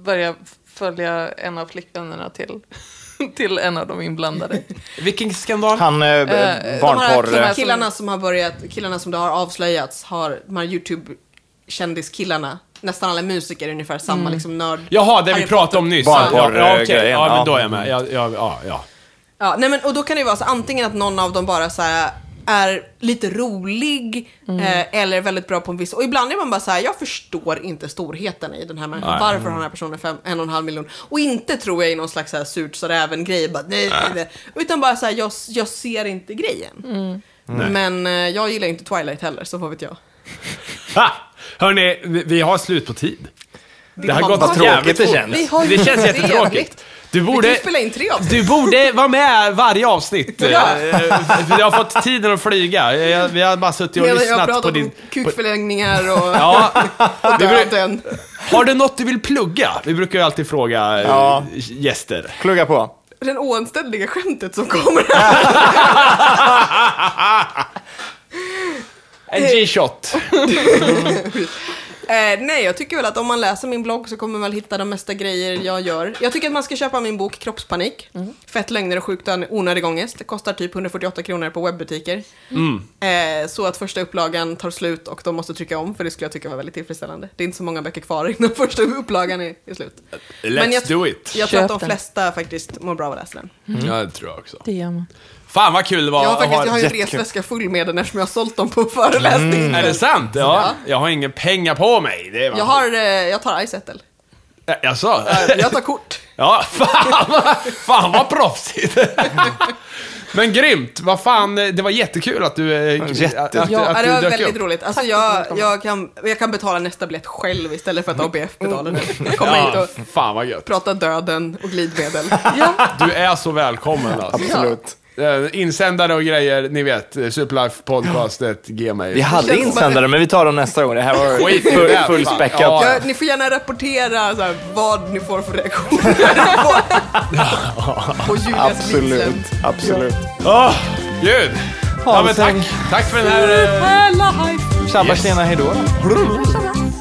S4: börjat följa en av flickvännerna till, till en av de inblandade.
S5: Vilken skandal?
S2: Han eh,
S1: de här
S2: barnporr...
S1: kill-
S2: eh,
S1: killarna som har börjat, killarna som det har avslöjats har, de här YouTube-kändiskillarna, nästan alla musiker är ungefär samma liksom nörd.
S5: Jaha, det vi
S1: Harry
S5: pratade om nyss.
S2: Barnporr,
S5: ja, ja, okej.
S2: grejen,
S5: ja, men
S2: ja.
S5: då är jag med. Ja, ja, ja, ja.
S1: Ja, nej men, och då kan det ju vara så antingen att någon av dem bara så här, är lite rolig eh, eller väldigt bra på en viss... Och ibland är man bara så här, jag förstår inte storheten i den här människan.
S5: Nej.
S1: Varför har den här personen fem, en och en halv miljon? Och inte tror jag i någon slags så här surt sa räven-grej. bara, Nej, nej, nej. Utan bara så här, jag, jag ser inte grejen. Men eh, jag gillar ju inte Twilight heller, så vad vet jag.
S5: Ha! Hörni, vi, vi har slut på tid. Det har
S1: Vad
S5: gått
S1: tråkigt
S5: jävligt
S2: det
S5: fort.
S2: känns.
S4: Vi har ju
S5: Det känns
S4: trevligt.
S5: jättetråkigt. Du
S1: Vi kan ju
S5: borde,
S1: spela in tre avsnitt.
S5: du borde vara med varje avsnitt.
S1: Ja.
S5: Eh, för Jag har fått tiden att flyga. Jag, vi har bara suttit och
S1: Jag har
S5: lyssnat
S1: pratat
S5: på
S1: om
S5: din...
S1: kukförlängningar och
S5: Ja, det beror-
S1: döden.
S5: Har du något du vill plugga? Vi brukar ju alltid fråga eh,
S2: Ja.
S5: gäster.
S2: Plugga på.
S1: Den oanständiga skämtet som kommer här.
S5: En G-shot.
S1: Eh, nej, jag tycker väl att om man läser min blogg så kommer man väl hitta de mesta grejer jag gör. Jag tycker att man ska köpa min bok Kroppspanik.
S4: Mm.
S1: Fett lögner och sjukt onödig ångest. Det kostar typ 148 kronor på webbutiker. Eh, så att första upplagan tar slut och de måste trycka om, för det skulle jag tycka var väldigt tillfredsställande. Det är inte så många böcker kvar innan första upplagan är, är slut.
S5: Let's
S1: jag,
S5: do it.
S1: Jag tror att de
S4: Köp den.
S1: flesta faktiskt mår bra av att läsa den.
S5: Ja, det tror jag också.
S4: Det gör man.
S5: Fan vad kul det var
S1: jag har
S5: att
S1: faktiskt jag
S5: ha...
S1: har ju en
S2: jättekul.
S1: resväska full med den eftersom jag har sålt dem på föreläsningen.
S5: Är det sant? Ja. Jag har inga pengar på mig. Det var...
S1: Jag, har, eh, jag tar iSettle.
S5: Ä- Jaså?
S1: Eh, Jag tar kort.
S5: Ja, fan, vad- fan vad proffsigt. Men grymt. Vad fan, eh, det var jättekul att du, eh,
S2: Jättekul.
S5: att, att,
S4: Ja,
S5: att
S1: Ja,
S5: du
S1: det var
S5: dök
S1: väldigt
S5: upp.
S1: roligt. Alltså jag, jag, kan, jag kan betala nästa biljett själv istället för att ABF betalar den. Jag kommer hit
S5: Ja,
S1: och
S5: fan vad gött.
S1: prata döden och glidmedel.
S5: Du är så välkommen alltså.
S2: Absolut.
S5: Eh, Insändare och grejer, ni vet. eh, Superlifepodcastet, gmail.
S2: Vi hade
S1: känns som att-
S2: insändare, men vi tar dem nästa gång. Det här var
S5: Skit i det
S2: full,
S5: här, fan.
S2: fullspäckat.
S5: Ja,
S1: Jag, ni får gärna rapportera så här, vad ni får för reaktioner på, på Julias
S2: Absolut,
S1: vigsel.
S2: absolut.
S5: Åh, gud. Ja, men tack. Tack för den här... eh,
S4: Hela hype!
S2: Tjabba
S5: Yes.
S2: tjena, hejdå.
S4: Tjena.